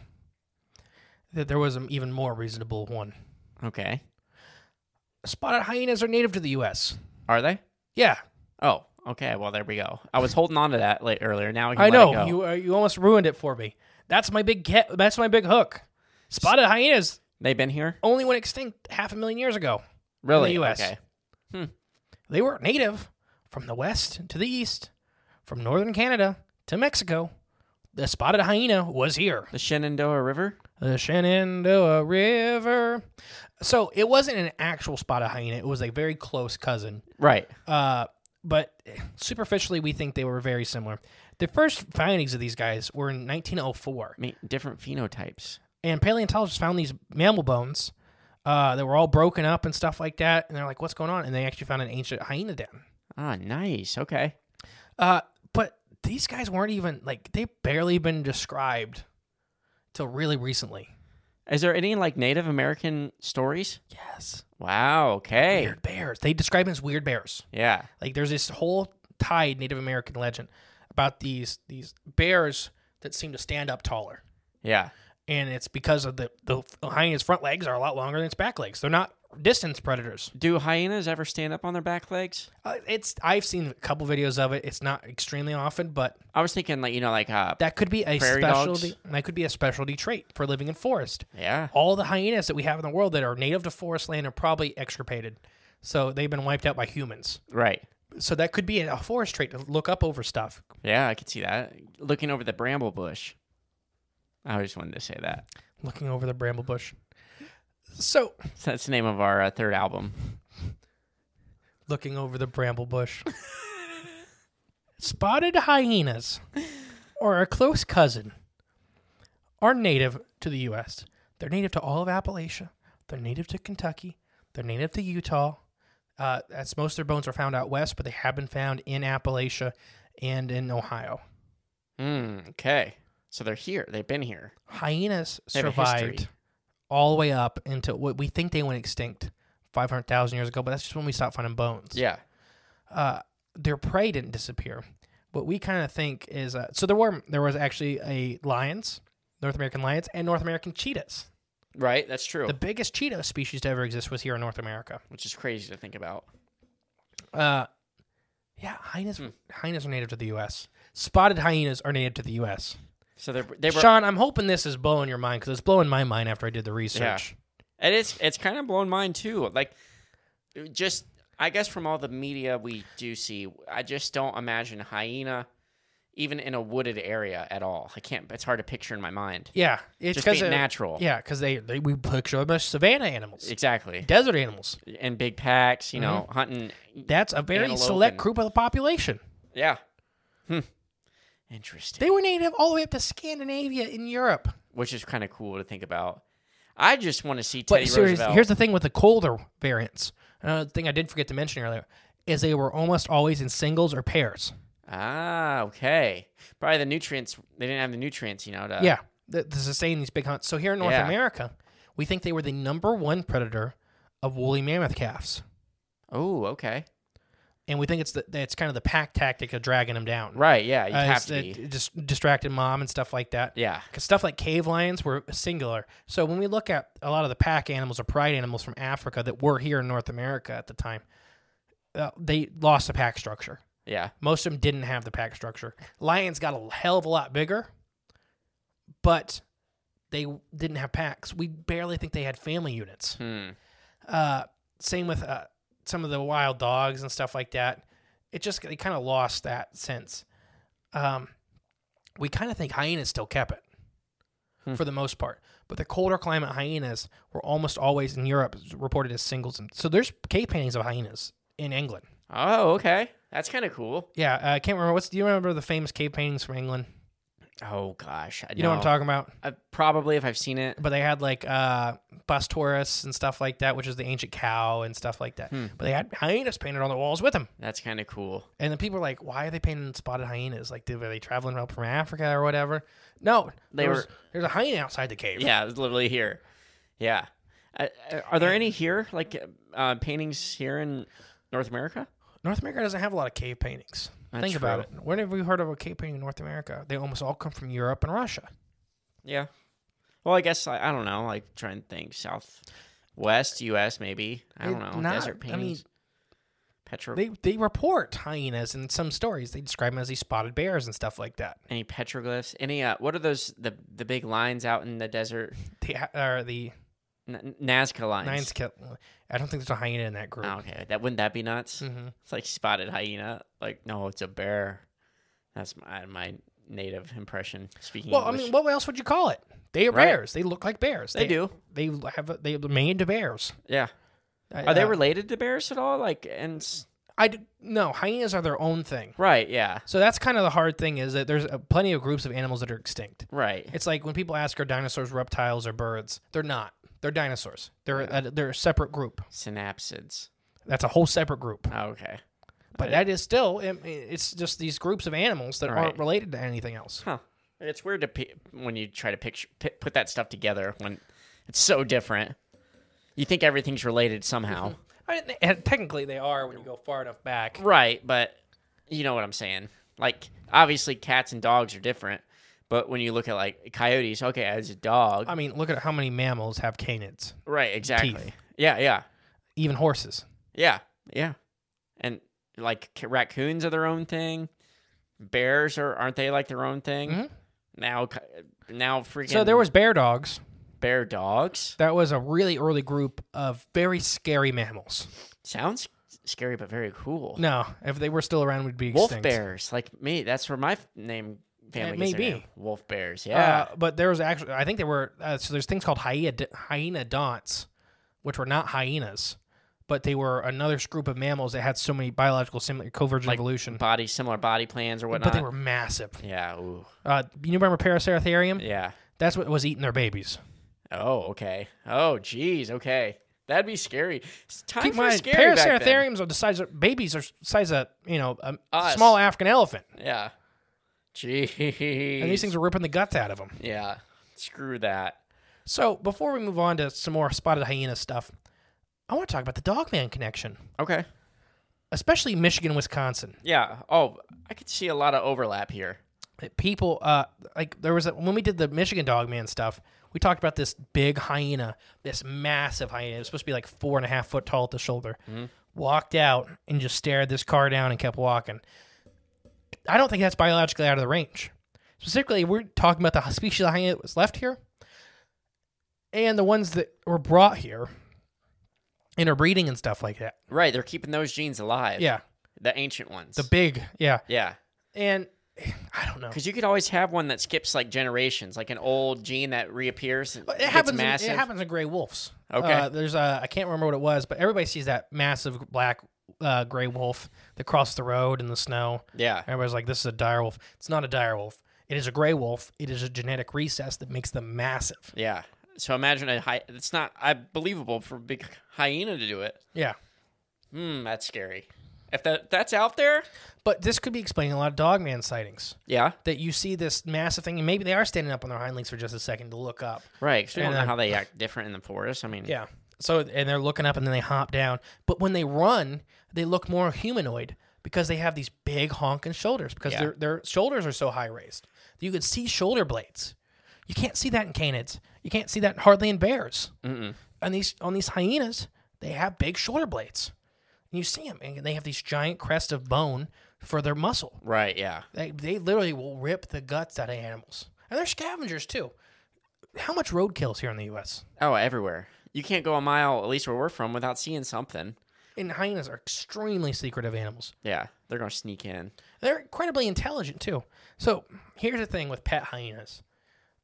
S4: that there was an even more reasonable one?
S5: Okay.
S4: Spotted hyenas are native to the U.S.
S5: Are they?
S4: Yeah,
S5: Oh, okay. Well, there we go. I was holding on to that late earlier. Now I, can
S4: I
S5: let it
S4: know
S5: go.
S4: you. Uh, you almost ruined it for me. That's my big. Ca- that's my big hook. Spotted hyenas
S5: They've been here.
S4: only went extinct half a million years ago.
S5: Really?
S4: US.
S5: Okay.
S4: They were native from the west to the east, from northern Canada to Mexico. The spotted hyena was here.
S5: The Shenandoah River.
S4: The Shenandoah River. So it wasn't an actual spotted hyena. It was a very close cousin.
S5: Right.
S4: Uh, but superficially, we think they were very similar. The first findings of these guys were in 1904,
S5: I mean, different phenotypes.
S4: and paleontologists found these mammal bones uh, that were all broken up and stuff like that. And they're like, "What's going on?" And they actually found an ancient hyena den.
S5: Ah, nice. Okay.
S4: Uh, but these guys weren't even like they barely been described till really recently.
S5: Is there any like Native American stories?
S4: Yes,
S5: Wow. Okay.
S4: weird bears. They describe them as weird bears.
S5: Yeah.
S4: Like there's this whole tied Native American legend about these these bears that seem to stand up taller,
S5: Yeah.
S4: and it's because of the the hyena's front legs are a lot longer than its back legs. They're not distance predators.
S5: Do hyenas ever stand up on their back legs?
S4: Uh, it's I've seen a couple videos of it. It's not extremely often, but
S5: I was thinking like you know like uh
S4: that could be a
S5: Prairie dogs?
S4: specialty. That could be a specialty trait for living in forest.
S5: yeah.
S4: All the hyenas that we have in the world that are native to forest land are probably extirpated, so they've been wiped out by humans.
S5: Right.
S4: So that could be a forest trait to look up over stuff.
S5: Yeah, I could see that. Looking over the bramble bush. I always wanted to say that.
S4: looking over the bramble bush. So,
S5: That's the name of our uh, third album.
S4: looking over the bramble bush. Spotted hyenas, or a close cousin, are native to the U.S. They're native to all of Appalachia. They're native to Kentucky. They're native to Utah. Uh, that's most of their bones are found out west, but they have been found in Appalachia and in Ohio.
S5: Mm, okay. So they're here. They've been here.
S4: Hyenas
S5: They have a
S4: survived
S5: history.
S4: all the way up until what we think they went extinct 500,000 years ago, but that's just when we stopped finding bones.
S5: Yeah.
S4: uh, their prey didn't disappear. What we kind of think is uh, so there were there was actually a lions, North American lions, and North American cheetahs.
S5: Right? That's true.
S4: The biggest cheetah species to ever exist was here in North America.
S5: Which is crazy to think about.
S4: Uh, yeah, hyenas
S5: Hmm.
S4: hyenas are native to the U.S. Spotted hyenas are native to the U.S.
S5: So they're, they were.
S4: Sean, I'm hoping this is blowing your mind because it's blowing my mind after I did the
S5: Yeah.
S4: research.
S5: And it's it's kind of blown mine too. Like, just I guess from all the media we do see, I just don't imagine hyena even in a wooded area at all. I can't. It's hard to picture in my mind.
S4: Yeah, it's
S5: Just
S4: 'cause
S5: being
S4: it-
S5: natural.
S4: Yeah, because they, they we picture them as savannah animals,
S5: Exactly.
S4: desert animals.
S5: And big packs, you know, hunting.
S4: That's a very
S5: Antelope
S4: select
S5: and-
S4: group of the population.
S5: Yeah. Hmm. Interesting.
S4: They were native all the way up to Scandinavia in Europe.
S5: Which is kind of cool to think about. I just want to see Teddy
S4: But serious,
S5: Roosevelt.
S4: here's the thing with the colder variants. Another thing I did forget to mention earlier is they were almost always in singles or pairs.
S5: ah, okay. Probably the nutrients. They didn't have the nutrients, you know. To,
S4: yeah, th- to sustain these big hunts. So here in North
S5: Yeah.
S4: America, we think they were the number one predator of woolly mammoth calves,
S5: Oh, okay.
S4: and we think it's the, that's kind of the pack tactic of dragging them down.
S5: Right. Yeah. You
S4: Uh,
S5: have
S4: it's
S5: to
S4: the-
S5: be.
S4: just distracted mom and stuff like that.
S5: Yeah.
S4: Because stuff like cave lions were singular. So when we look at a lot of the pack animals or pride animals from Africa that were here in North America at the time, uh, they lost the pack structure.
S5: Yeah.
S4: Most of them didn't have the pack structure. Lions got a hell of a lot bigger, but they didn't have packs. We barely think they had family units.
S5: Hmm.
S4: Uh, same with uh, some of the wild dogs and stuff like that. It just they kind of lost that sense. Um, we kind of think hyenas still kept it for the most part, but the colder climate hyenas were almost always in Europe reported as singles. And so there's cave paintings of hyenas in England.
S5: Oh, okay. That's kind of cool.
S4: Yeah, uh, I can't remember. What's do you remember the famous cave paintings from England?
S5: Oh gosh, I
S4: You know what I'm talking about?
S5: I, probably if I've seen it.
S4: But they had like uh, Bustaurus and stuff like that, which is the ancient cow and stuff like that.
S5: Hmm.
S4: But they had hyenas painted on the walls with them.
S5: That's kind of cool.
S4: And then people are like, why are they painting spotted hyenas? Like, did, were they traveling up from Africa or whatever? No,
S5: They
S4: there
S5: were-
S4: was- There's a hyena outside the cave.
S5: Yeah, it's literally here. Yeah. Uh, uh, are there any here, like uh, paintings here in North America?
S4: North America doesn't have a lot of cave paintings.
S5: That's
S4: Think about it.
S5: true.
S4: When have we heard of a cave painting in North America? They almost all come from Europe and Russia.
S5: Yeah. Well, I guess I, I don't know. Like try and think southwest U.S. Maybe I don't
S4: It-
S5: know.
S4: not-
S5: Desert
S4: I mean,
S5: paintings. Petro.
S4: They they report hyenas in some stories. They describe them as these spotted bears and stuff like that.
S5: any petroglyphs? Any? Uh, what are those? The the big lines out in the desert?
S4: They ha- are the
S5: N- Nazca lines.
S4: nine scale. I don't think there's a hyena in that group.
S5: Oh, okay, that wouldn't that be nuts?
S4: hmm
S5: It's like spotted hyena. Like no, it's a bear. That's my my native impression. Speaking.
S4: Well, I
S5: English.
S4: mean, what else would you call it? They are
S5: Right.
S4: bears. They look like bears.
S5: They do.
S4: They have. A, they are made to bears.
S5: Yeah. Are they
S4: Uh,
S5: related to bears at all? Like and s-
S4: I d- no. Hyenas are their own thing.
S5: right? Yeah.
S4: So that's kind of the hard thing is that there's uh, plenty of groups of animals that are extinct.
S5: Right.
S4: It's like when people ask are dinosaurs reptiles or birds? They're not. They're dinosaurs. They're a, they're a separate group.
S5: Synapsids.
S4: That's a whole separate group.
S5: Oh, okay.
S4: But that is still I mean, it's just these groups of animals that
S5: Right.
S4: aren't related to anything else.
S5: Huh. It's weird to pi when you try to picture pi put that stuff together when it's so different. You think everything's related somehow.
S4: I mean, they- technically, they are when you go far enough back.
S5: Right, but you know what I'm saying. Like obviously cats and dogs are different, but when you look at like coyotes, okay, as a dog.
S4: I mean, look at how many mammals have canids,
S5: right, exactly.
S4: Um, teeth.
S5: Yeah, yeah.
S4: even horses.
S5: Yeah, yeah, and like c- raccoons are their own thing. Bears are aren't they like their own thing?
S4: Mhm.
S5: Now, c- now freaking
S4: So there was bear dogs.
S5: bear dogs.
S4: That was a really early group of very scary mammals.
S5: Sounds scary but very cool.
S4: No, if they were still around, we'd be
S5: wolf
S4: extinct. Uh,
S5: bears like me. That's where my f- name family
S4: It
S5: gets
S4: may
S5: their
S4: be.
S5: name. Wolf bears. Yeah,
S4: Uh, but there was actually, I think there were, uh, so there's things called hyena, hyena donts, which were not hyenas, but they were another group of mammals that had so many biological similar convergent
S5: Like
S4: evolution.
S5: body similar body plans or whatnot.
S4: But they were massive.
S5: yeah, ooh,
S4: Uh, you remember Paraceratherium?
S5: yeah.
S4: That's what was eating their babies.
S5: Oh, okay. Oh, geez. Okay. That'd be scary. It's time
S4: Keep in
S5: for
S4: mind,
S5: scary back then.
S4: parasanathariums are the size of babies are size of you know a
S5: Us.
S4: small African elephant,
S5: Yeah. Jeez.
S4: and these things are ripping the guts out of them.
S5: Yeah. Screw that.
S4: So before we move on to some more spotted hyena stuff, I want to talk about the Dogman connection,
S5: Okay.
S4: especially Michigan, Wisconsin.
S5: Yeah. Oh, I could see a lot of overlap here.
S4: that people uh like there was a, when we did the Michigan Dogman stuff, we talked about this big hyena, this massive hyena. It was supposed to be like four and a half foot tall at the shoulder. Walked out and just stared this car down and kept walking. I don't think that's biologically out of the range. Specifically, we're talking about the species of hyena that was left here, and the ones that were brought here, and are breeding and stuff like that.
S5: Right. They're keeping those genes alive.
S4: Yeah,
S5: The ancient ones.
S4: the big yeah,
S5: yeah.
S4: and I don't know.
S5: Because you could always have one that skips like generations, like an old gene that reappears. and
S4: It
S5: gets
S4: happens. In,
S5: massive.
S4: it happens in gray wolves.
S5: Okay.
S4: Uh, there's a I can't remember what it was, but everybody sees that massive black uh, gray wolf that crossed the road in the snow.
S5: Yeah.
S4: Everybody's like, "This is a dire wolf." It's not a dire wolf. It is a gray wolf. It is a genetic recess that makes them massive.
S5: Yeah. So imagine a hy- It's not I, believable for a big hyena to do it.
S4: Yeah.
S5: Hmm. That's scary. If that that's out there.
S4: But this could be explaining a lot of dogman sightings.
S5: Yeah.
S4: That you see this massive thing, and maybe they are standing up on their hind legs for just a second to look up.
S5: Right. 'cause we don't
S4: And
S5: know
S4: then-
S5: how they act different in the forest. I mean.
S4: Yeah. So and they're looking up and then they hop down. But when they run, they look more humanoid because they have these big honking shoulders because
S5: Yeah.
S4: their their shoulders are so high raised. You could see shoulder blades. You can't see that in canids. You can't see that hardly in bears. mm And these on these hyenas, they have big shoulder blades. And you see them, and they have these giant crests of bone for their muscle.
S5: Right. Yeah.
S4: They, they literally will rip the guts out of animals, and they're scavengers too. How much roadkill's here in the U.S.
S5: Oh, everywhere. You can't go a mile, at least where we're from, without seeing something.
S4: and hyenas are extremely secretive animals.
S5: Yeah, they're gonna sneak in.
S4: They're incredibly intelligent too. So here's the thing with pet hyenas.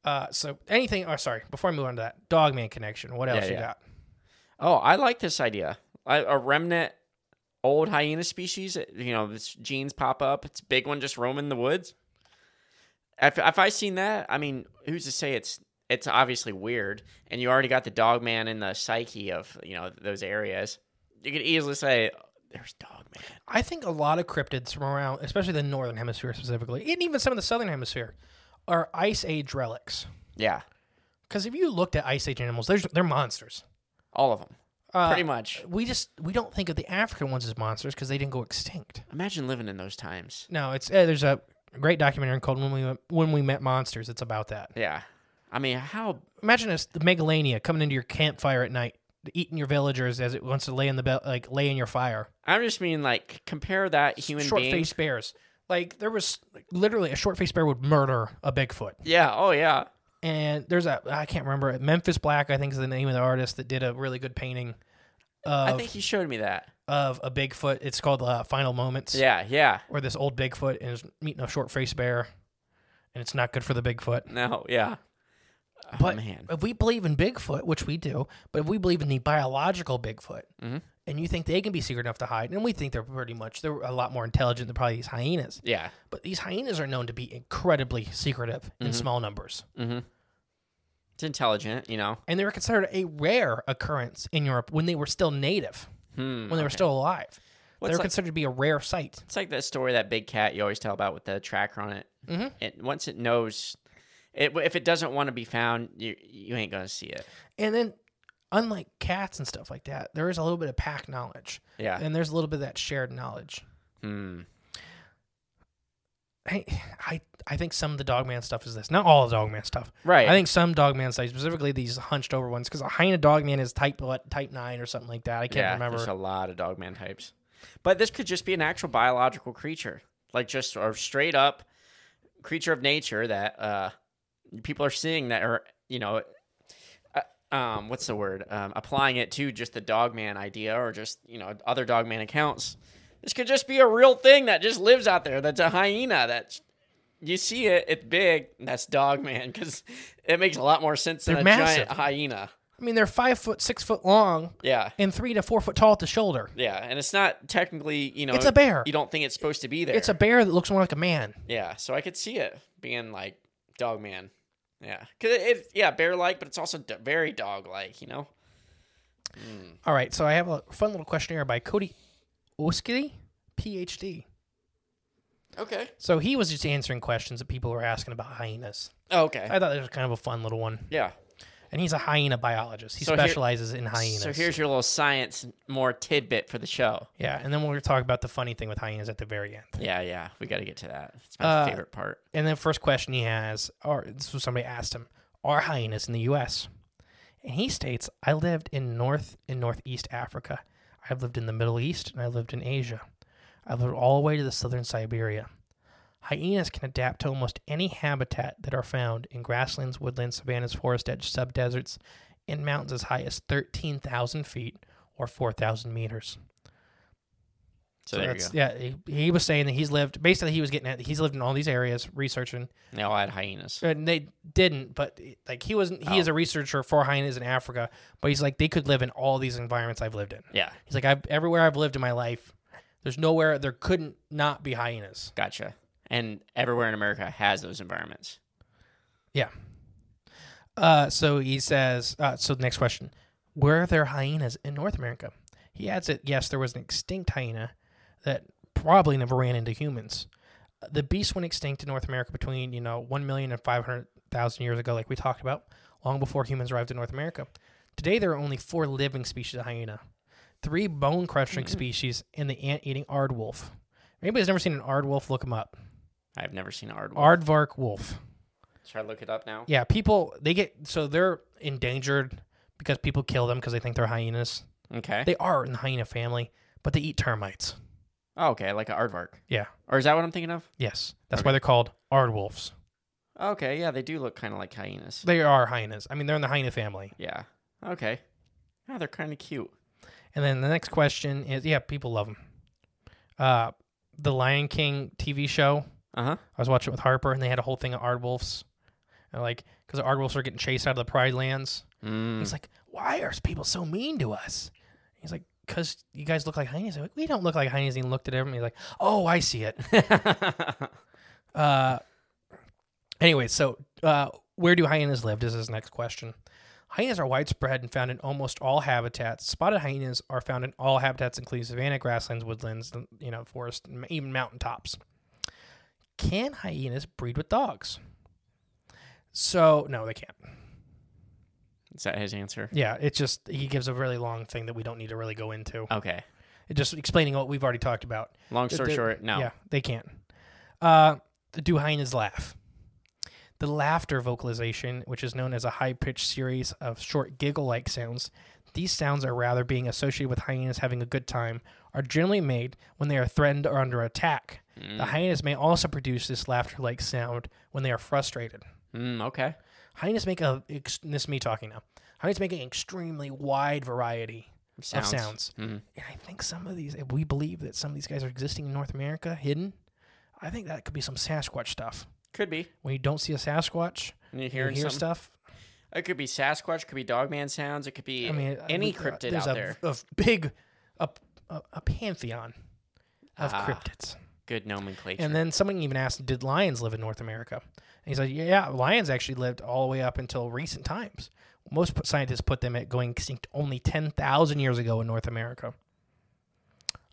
S4: Uh, so anything? Oh, sorry. Before I move on to that dogman connection, what else
S5: Yeah,
S4: you
S5: yeah.
S4: got?
S5: Oh, I like this idea. I, a remnant old hyena species. it- You know, its genes pop up. It's a big one just roaming the woods. If, if I seen that, I mean, who's to say it's it's obviously weird? And you already got the dog man in the psyche of you know those areas. You could easily say there's dog man.
S4: I think a lot of cryptids from around, especially the northern hemisphere specifically, and even some of the southern hemisphere, are ice age relics.
S5: Yeah,
S4: Because if you looked at ice age animals, there's they're monsters.
S5: all of them,
S4: Uh,
S5: pretty much.
S4: We just we don't think of the African ones as monsters because they didn't go extinct.
S5: Imagine living in those times.
S4: No, it's eh, there's a great documentary called "When We Went- When We Met Monsters." It's about that.
S5: Yeah, I mean, how
S4: imagine a, the megalania coming into your campfire at night, eating your villagers as it wants to lay in the be- like lay in your fire.
S5: I'm just mean like compare that human
S4: Short
S5: being.
S4: faced bears, like there was like, literally a short faced bear would murder a Bigfoot.
S5: Yeah. Oh yeah.
S4: And there's a I can't remember it, Memphis Black I think is the name of the artist that did a really good painting
S5: I
S4: of
S5: think he showed me that.
S4: of a Bigfoot. It's called uh, Final Moments.
S5: Yeah. Yeah.
S4: Where this old Bigfoot is meeting a short faced bear, and it's not good for the Bigfoot.
S5: No. Yeah. Oh,
S4: But
S5: man.
S4: if we believe in Bigfoot, which we do, but if we believe in the biological Bigfoot,
S5: Mm-hmm.
S4: and you think they can be secret enough to hide, and we think they're pretty much they're a lot more intelligent than probably these hyenas.
S5: Yeah.
S4: But these hyenas are known to be incredibly secretive
S5: Mm-hmm.
S4: in small numbers,
S5: It's intelligent. You know.
S4: and they were considered a rare occurrence in Europe when they were still native, when they were still alive. they were
S5: Hmm. like-
S4: considered to be a rare sight.
S5: It's like that story that big cat you always tell about with the tracker on it. Mm-hmm. It once it knows, it, if it doesn't want to be found, you you ain't gonna see it.
S4: And then, unlike cats and stuff like that, there is a little bit of pack knowledge.
S5: Yeah.
S4: And there's a little bit of that shared knowledge.
S5: Hmm.
S4: I, I, I think some of the dogman stuff is this. Not all the dogman stuff.
S5: Right.
S4: I think some dogman stuff, specifically these hunched over ones, because a hyena dogman is type what type nine or something like that. I can't
S5: yeah.
S4: remember.
S5: There's a lot of dogman types, but this could just be an actual biological creature, like just or straight up creature of nature that uh, people are seeing that are you know, uh, um, what's the word? Um, applying it to just the dogman idea or just you know other dogman accounts. This could just be a real thing that just lives out there. That's a hyena. That's you see it. It's big. and That's dogman because it makes a lot more sense than
S4: They're
S5: a
S4: massive.
S5: giant hyena.
S4: I mean, they're five foot, six foot long,
S5: Yeah.
S4: and three to four foot tall at the shoulder.
S5: Yeah, and it's not technically, you know,
S4: It's a bear.
S5: You don't think it's supposed to be there.
S4: It's a bear that looks more like a man.
S5: yeah. So I could see it being like dog man. Yeah, cause it, it yeah bear like, but it's also d- very dog like. You know.
S4: All right, so I have a fun little questionnaire by Cody Oskili, PhD.
S5: Okay.
S4: So he was just answering questions that people were asking about hyenas.
S5: Oh, okay.
S4: I thought that was kind of a fun little one.
S5: yeah.
S4: And he's a hyena biologist. He
S5: So here-
S4: specializes in hyenas.
S5: So here's your little science more tidbit for the show.
S4: yeah, and then we'll talk about the funny thing with hyenas at the very end.
S5: Yeah, yeah, we got to get to that. It's my
S4: Uh,
S5: favorite part.
S4: And then first question he has, or this was somebody asked him, are hyenas in the U.S.? And he states, I lived in North and Northeast Africa. I've lived in the Middle East and I lived in Asia. I've lived all the way to the southern Siberia. Hyenas can adapt to almost any habitat that are found in grasslands, woodlands, savannas, forest edge, subdeserts, and mountains as high as 13,000 feet or 4,000 meters.
S5: So, there you go.
S4: that's, yeah, he, he was saying that he's lived, basically, he was getting at, he's lived in all these areas researching
S5: They all had hyenas.
S4: and Uh, they didn't but like he wasn't he is a researcher for hyenas in africa but he's like they could live in all these environments i've lived in
S5: Yeah,
S4: he's like i've everywhere i've lived in my life there's nowhere there couldn't not be hyenas
S5: gotcha. And everywhere in America has those environments.
S4: yeah uh, so he says uh, so the next question were there hyenas in north america he adds that yes there was an extinct hyena that probably never ran into humans Uh, the beast went extinct in North America between, you know, 1 million and 500,000 years ago, like we talked about, long before humans arrived in North America. Today, there are only four living species of hyena, three bone crushing species, and the ant eating aardwolf. If anybody's never seen an aardwolf, look them up.
S5: I've never seen an aardwolf.
S4: Aardvark wolf.
S5: Should I look it up now?
S4: Yeah, people, they get, so they're endangered because people kill them because they think they're hyenas.
S5: Okay.
S4: They are in the hyena family, but they eat termites.
S5: oh, okay, like an aardvark.
S4: Yeah,
S5: Or is that what I'm thinking of?
S4: yes. That's why they're called aardwolves.
S5: Okay, yeah, they do look kind of like hyenas.
S4: They are hyenas. I mean, they're in the hyena family.
S5: Yeah. Okay. Yeah, they're kind of cute.
S4: And then the next question is, yeah, people love them. Uh, the Lion King TV show.
S5: Uh huh.
S4: I was watching it with Harper, and they had a whole thing of aardwolves, and like because the aardwolves are getting chased out of the Pride Lands. He's like, "Why are people so mean to us?" He's like, "Cause you guys look like hyenas." I'm like, we don't look like hyenas. And he looked at him, and he's like, "Oh, I see it." uh, anyway, so uh, where do hyenas live? Is his next question. Hyenas are widespread and found in almost all habitats. Spotted hyenas are found in all habitats, including savanna, grasslands, woodlands, you know, forest, and even mountaintops can hyenas breed with dogs? So no, they can't.
S5: Is that his answer?
S4: Yeah, it's just he gives a really long thing that we don't need to really go into.
S5: Okay.
S4: It just explaining what we've already talked about.
S5: Long story
S4: They-
S5: short, no.
S4: Yeah, they can't. Uh, do hyenas laugh? The laughter vocalization, which is known as a high pitched series of short giggle like sounds, these sounds are rather being associated with hyenas having a good time, are generally made when they are threatened or under attack. The hyenas may also produce this laughter like sound when they are frustrated.
S5: Mm, okay.
S4: Hyenas make a ex- this is me talking now. Hyenas make an extremely wide variety
S5: Sounds. Mm-hmm.
S4: of sounds, and I think some of these, if we believe that some of these guys are existing in North America, hidden, I think that could be some Sasquatch stuff.
S5: Could be.
S4: When you don't see a Sasquatch,
S5: And you
S4: you
S5: hearing
S4: hear
S5: something?
S4: stuff.
S5: It could be Sasquatch. Could be Dogman sounds. It could be
S4: I mean,
S5: any
S4: we- uh,
S5: cryptid
S4: there's
S5: out
S4: a,
S5: there.
S4: a big, a, a, a pantheon of
S5: Ah.
S4: cryptids.
S5: Good nomenclature.
S4: And then someone even asked, "Did lions live in North America?" And he's like, "Yeah, lions actually lived all the way up until recent times. Most p- scientists put them at going extinct only ten thousand years ago in North America."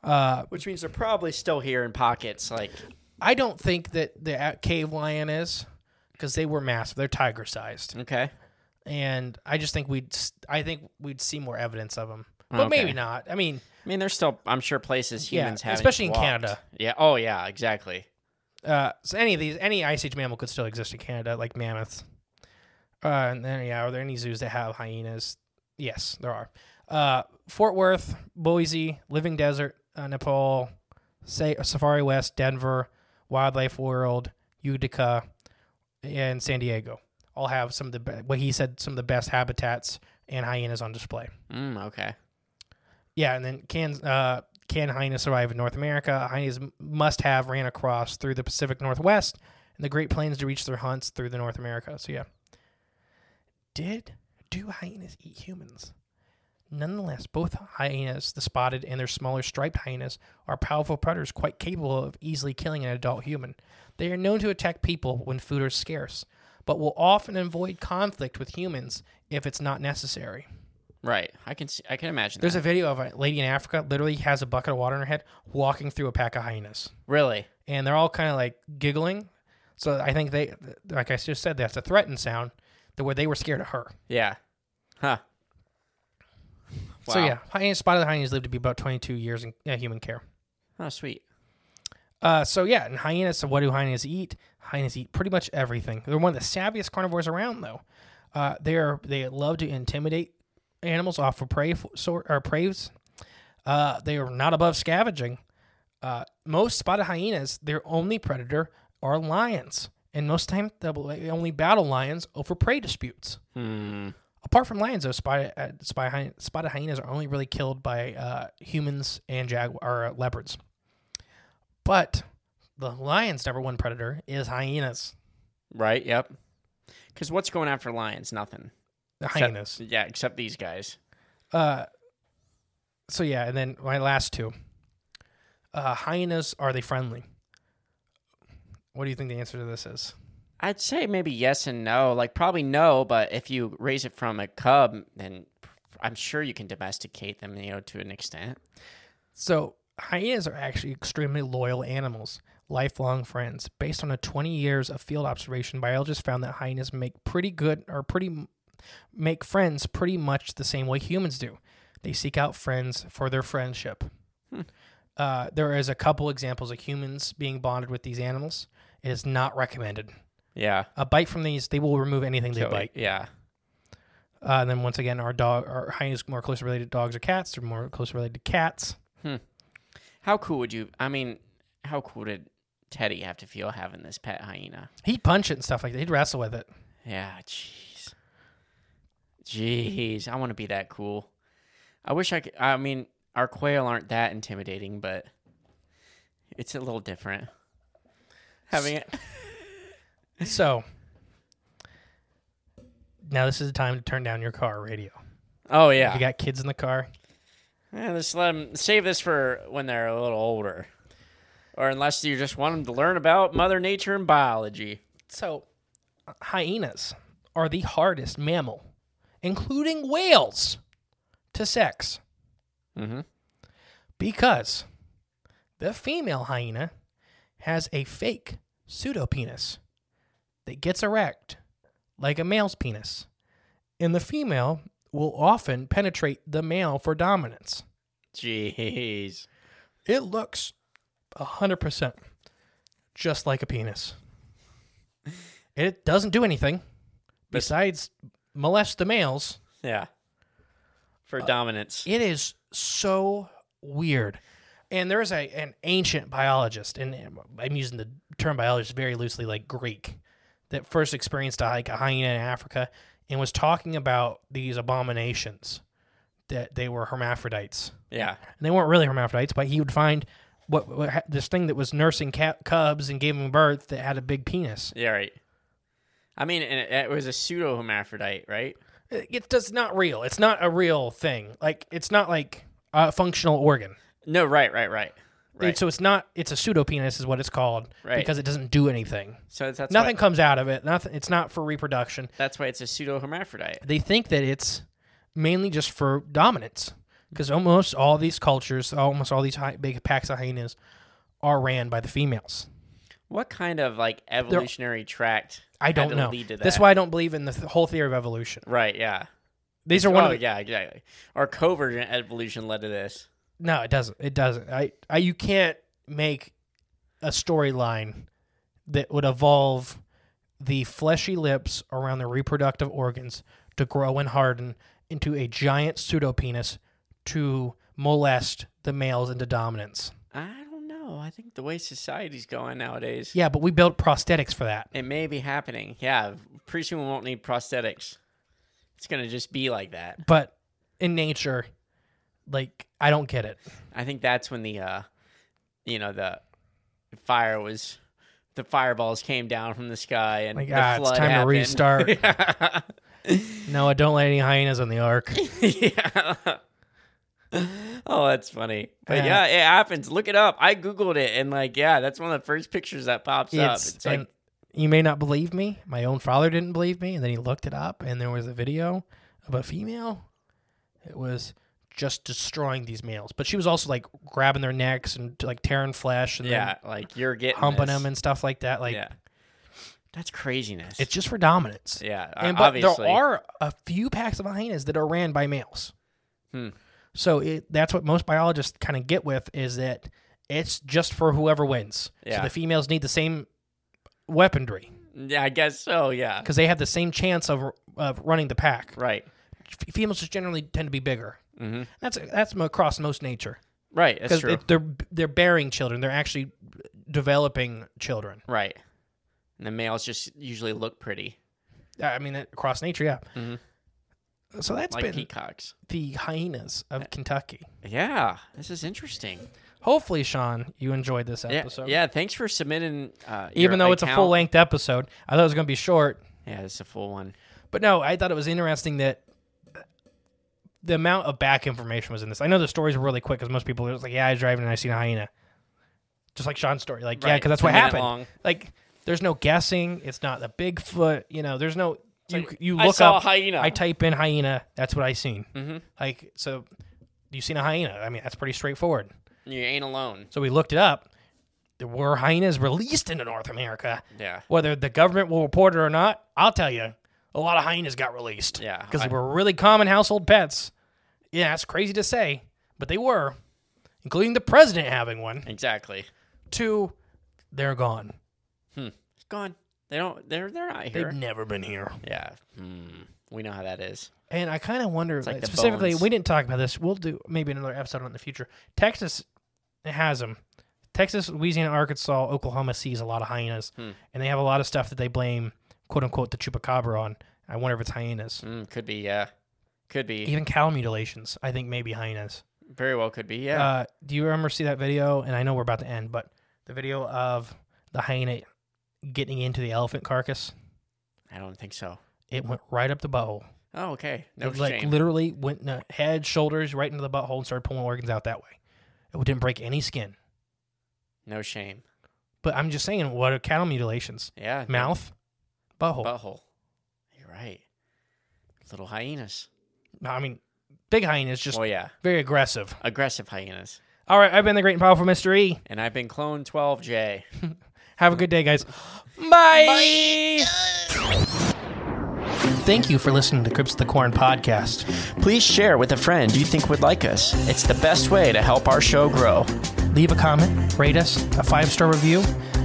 S4: Uh,
S5: Which means they're probably still here in pockets. Like,
S4: I don't think that the a- cave lion is because they were massive; they're tiger sized,
S5: okay.
S4: and I just think we'd s- I think we'd see more evidence of them, but
S5: Okay.
S4: maybe not. I mean,
S5: I mean, there's still, I'm sure, places
S4: Yeah,
S5: humans have,
S4: especially in Canada.
S5: Yeah. Oh, yeah. Exactly.
S4: uh, so any of these, any ice age mammal could still exist in Canada, like mammoths. Uh, and then yeah, are there any zoos that have hyenas? Yes, there are. Uh, Fort Worth, Boise, Living Desert, uh, Nepal, Sa- Safari West, Denver, Wildlife World, Utica, and San Diego all have some of the be- what he said some of the best habitats and hyenas on display.
S5: Mm, okay.
S4: Yeah, and then can uh, can hyenas survive in North America? Hyenas m- must have ran across through the Pacific Northwest and the Great Plains to reach their hunts through the North America. So yeah, did do hyenas eat humans? Nonetheless, both hyenas, the spotted and their smaller striped hyenas, are powerful predators quite capable of easily killing an adult human. They are known to attack people when food is scarce, but will often avoid conflict with humans if it's not necessary.
S5: Right. I can see, I can imagine.
S4: There's
S5: that.
S4: a video of a lady in Africa literally has a bucket of water in her head walking through a pack of hyenas.
S5: really.
S4: and they're all kind of like giggling. So I think they, like I just said, that's a threatened sound, the where they were scared of her.
S5: Yeah. Huh.
S4: So
S5: Wow.
S4: yeah, hyenas, spotted hyenas live to be about 22 years in uh, human care.
S5: Oh, sweet.
S4: Uh, so yeah, and hyenas. So what do hyenas eat? Hyenas eat pretty much everything. They're one of the savviest carnivores around, though. Uh, they are they love to intimidate animals off of prey f- sort or preys. Uh, they are not above scavenging. Uh, most spotted hyenas, their only predator are lions, and most time they will- they only battle lions over prey disputes. Apart from lions, though, spotted uh, spotted, hy- spotted hyenas are only really killed by uh, humans and jaguar or uh, leopards. But the lion's number one predator is hyenas.
S5: Right. Yep. Because what's going after lions? Nothing.
S4: The
S5: Except-
S4: hyenas.
S5: yeah, except these guys.
S4: Uh, so yeah, and then my last two. Uh, hyenas are they friendly? What do you think the answer to this is?
S5: I'd say maybe yes and no. Like probably no, but if you raise it from a cub, then I'm sure you can domesticate them, you know, to an extent.
S4: So hyenas are actually extremely loyal animals, lifelong friends. Based on a 20 years of field observation, biologists found that hyenas make pretty good or pretty make friends pretty much the same way humans do. They seek out friends for their friendship. Uh, there is a couple examples of humans being bonded with these animals. It is not recommended.
S5: Yeah.
S4: A bite from these, they will remove anything they bite.
S5: Yeah.
S4: Uh, and then once again, our dog, our hyenas, more closely related to dogs or cats. They're more closely related to cats.
S5: How cool would you? I mean, how cool did Teddy have to feel having this pet hyena?
S4: He'd punch it and stuff like that. He'd wrestle with it.
S5: Yeah, jeez. Jeez, I want to be that cool. I wish I could. I mean, our quail aren't that intimidating, but it's a little different. Having it.
S4: So now this is the time to turn down your car radio.
S5: Oh,
S4: If
S5: yeah.
S4: you got kids in the car,
S5: yeah. Let's let them save this for when they're a little older. Or unless you just want them to learn about Mother Nature and biology.
S4: so hyenas are the hardest mammal, including whales, to sex.
S5: Mm-hmm.
S4: because the female hyena has a fake pseudopenis that gets erect like a male's penis, and the female will often penetrate the male for dominance.
S5: Jeez.
S4: It looks 100% just like a penis. It doesn't do anything besides molest the males.
S5: Yeah. For
S4: Uh,
S5: dominance.
S4: It is so weird. And there is a an ancient biologist, and I'm using the term biologist very loosely, like Greek, that first experienced a, like a hyena in Africa, and was talking about these abominations that they were hermaphrodites,
S5: Yeah.
S4: and they weren't really hermaphrodites, but he would find what, what ha- this thing that was nursing cat, cubs and gave them birth that had a big penis.
S5: Yeah, right. I mean, and it, it was a pseudo hermaphrodite, right?
S4: It, it's just not real. It's not a real thing. Like it's not like a functional organ.
S5: No, right, right, right,
S4: It-
S5: right.
S4: So it's not. It's a pseudopenis, is what it's called,
S5: Right.
S4: because it doesn't do anything.
S5: So that's
S4: Nothing
S5: Why,
S4: comes out of it. Nothing. It's not for reproduction.
S5: that's why it's a pseudo hermaphrodite.
S4: They think that it's mainly just for dominance, because almost all these cultures, almost all these hy- big packs of hyenas, are ran by the females.
S5: What kind of like evolutionary tract?
S4: I
S5: had
S4: don't
S5: to
S4: know.
S5: Lead to that?
S4: That's why I don't believe in the th- whole theory of evolution.
S5: Right. Yeah.
S4: These are one
S5: oh,
S4: of the,
S5: yeah, exactly. Or covert evolution led to this.
S4: no, it doesn't. It doesn't. I, I you can't make a storyline that would evolve the fleshy lips around the reproductive organs to grow and harden into a giant pseudopenis to molest the males into dominance.
S5: I don't know. I think the way society's going nowadays,
S4: Yeah, but we built prosthetics for that.
S5: it may be happening. Yeah, pretty soon we won't need prosthetics. It's gonna just be like that.
S4: But in nature, like I don't get it.
S5: I think that's when the uh you know the fire was the fireballs came down from the sky and
S4: Like,
S5: the
S4: ah, it's
S5: flood
S4: time to
S5: happened.
S4: restart.
S5: yeah.
S4: No, I don't let any hyenas on the ark.
S5: Yeah. Oh, that's funny. But
S4: Uh,
S5: yeah, it happens. Look it up. I googled it and like yeah, that's one of the first pictures that pops up.
S4: It's,
S5: It's like
S4: and You may not believe me. My own father didn't believe me, and then he looked it up, and there was a video of a female. It was just destroying these males, but she was also like grabbing their necks and like tearing flesh and
S5: Yeah,
S4: then
S5: like you're getting
S4: humping
S5: this.
S4: them and stuff like that. Like
S5: yeah, that's craziness.
S4: it's just for dominance.
S5: yeah, o-
S4: and but
S5: obviously.
S4: there are a few packs of hyenas that are ran by males.
S5: Hmm.
S4: So it, that's what most biologists kind of get with is that it's just for whoever wins.
S5: Yeah.
S4: So the females need the same weaponry
S5: yeah, I guess so. Yeah,
S4: because they have the same chance of of running the pack.
S5: right,
S4: F- Females just generally tend to be bigger. Mm-hmm. That's that's m- across most nature
S5: right.
S4: because
S5: That's true.
S4: they're they're bearing children. They're actually developing children.
S5: right, and the males just usually look pretty,
S4: I mean, across nature, yeah. So that's
S5: Mm-hmm. like
S4: been
S5: peacocks.
S4: the hyenas of Kentucky.
S5: Yeah, this is interesting.
S4: Hopefully, Sean, you enjoyed this
S5: Yeah,
S4: episode.
S5: yeah. Thanks for submitting. Uh, your
S4: Even though it's a
S5: account.
S4: full length episode, I thought it was going to be short.
S5: Yeah, it's a full one.
S4: But no, I thought it was interesting that the amount of back information was in this. I know the stories were really quick because most people are just like, yeah, I was driving and I seen a hyena. Just like Sean's story. Like, yeah,
S5: Right.
S4: because that's
S5: It's a
S4: what
S5: minute
S4: happened.
S5: long.
S4: Like, there's no guessing. It's not the Bigfoot. You know, there's no. You,
S5: like,
S4: you
S5: I
S4: look
S5: saw a
S4: up
S5: hyena.
S4: I type in hyena. That's what I seen. Mm-hmm. Like, so you seen a hyena. I mean, that's pretty straightforward.
S5: You ain't alone.
S4: So we looked it up. There were hyenas released into North America.
S5: Yeah.
S4: Whether the government will report it or not, I'll tell you, a lot of hyenas got released.
S5: Yeah,
S4: Because
S5: I-
S4: they were really common household pets. Yeah, that's crazy to say, but they were, including the president having one.
S5: Exactly.
S4: Two, they're gone.
S5: It's gone. They don't. They're they're not
S4: They've
S5: here.
S4: never been here.
S5: yeah. Hmm. We know how that is.
S4: And I kind of wonder,
S5: like
S4: like,
S5: the
S4: specifically,
S5: bones.
S4: we didn't talk about this. We'll do maybe another episode on it in the future. Texas has them. Texas, Louisiana, Arkansas, Oklahoma sees a lot of hyenas,
S5: Hmm.
S4: and they have a lot of stuff that they blame "quote unquote" the chupacabra on. I wonder if it's hyenas.
S5: Hmm, could be. Yeah. Could be.
S4: Even cow mutilations, I think maybe hyenas.
S5: Very well. Could be. Yeah.
S4: Uh, do you remember see that video? And I know we're about to end, but the video of the hyena getting into the elephant carcass,
S5: I don't think so.
S4: it went right up the butthole.
S5: Oh, okay. No
S4: it like
S5: shame.
S4: literally went in the head, shoulders, right into the butthole and started pulling organs out that way. It didn't break any skin.
S5: no shame.
S4: But I'm just saying, what are cattle mutilations?
S5: Yeah. no
S4: Mouth, butthole.
S5: Butthole. You're right. Little hyenas.
S4: I mean, big hyena is just
S5: Oh yeah.
S4: very aggressive.
S5: Aggressive hyenas.
S4: All right, I've been the great and powerful Mr. E.
S5: And I've been clone 12J.
S4: Have a good day, guys.
S5: Bye.
S4: Thank you for listening to Crips of the Corn podcast.
S5: Please share with a friend you think would like us. It's the best way to help our show grow.
S4: leave a comment, rate us, a five star review,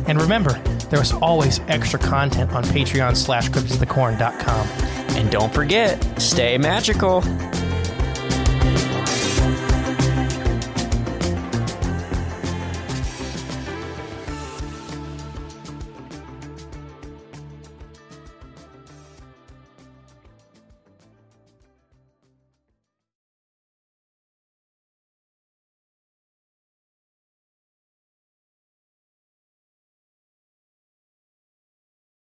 S4: and remember, there is always extra content on Patreon slash CryptsOfTheCorn.com.
S5: And don't forget, stay magical.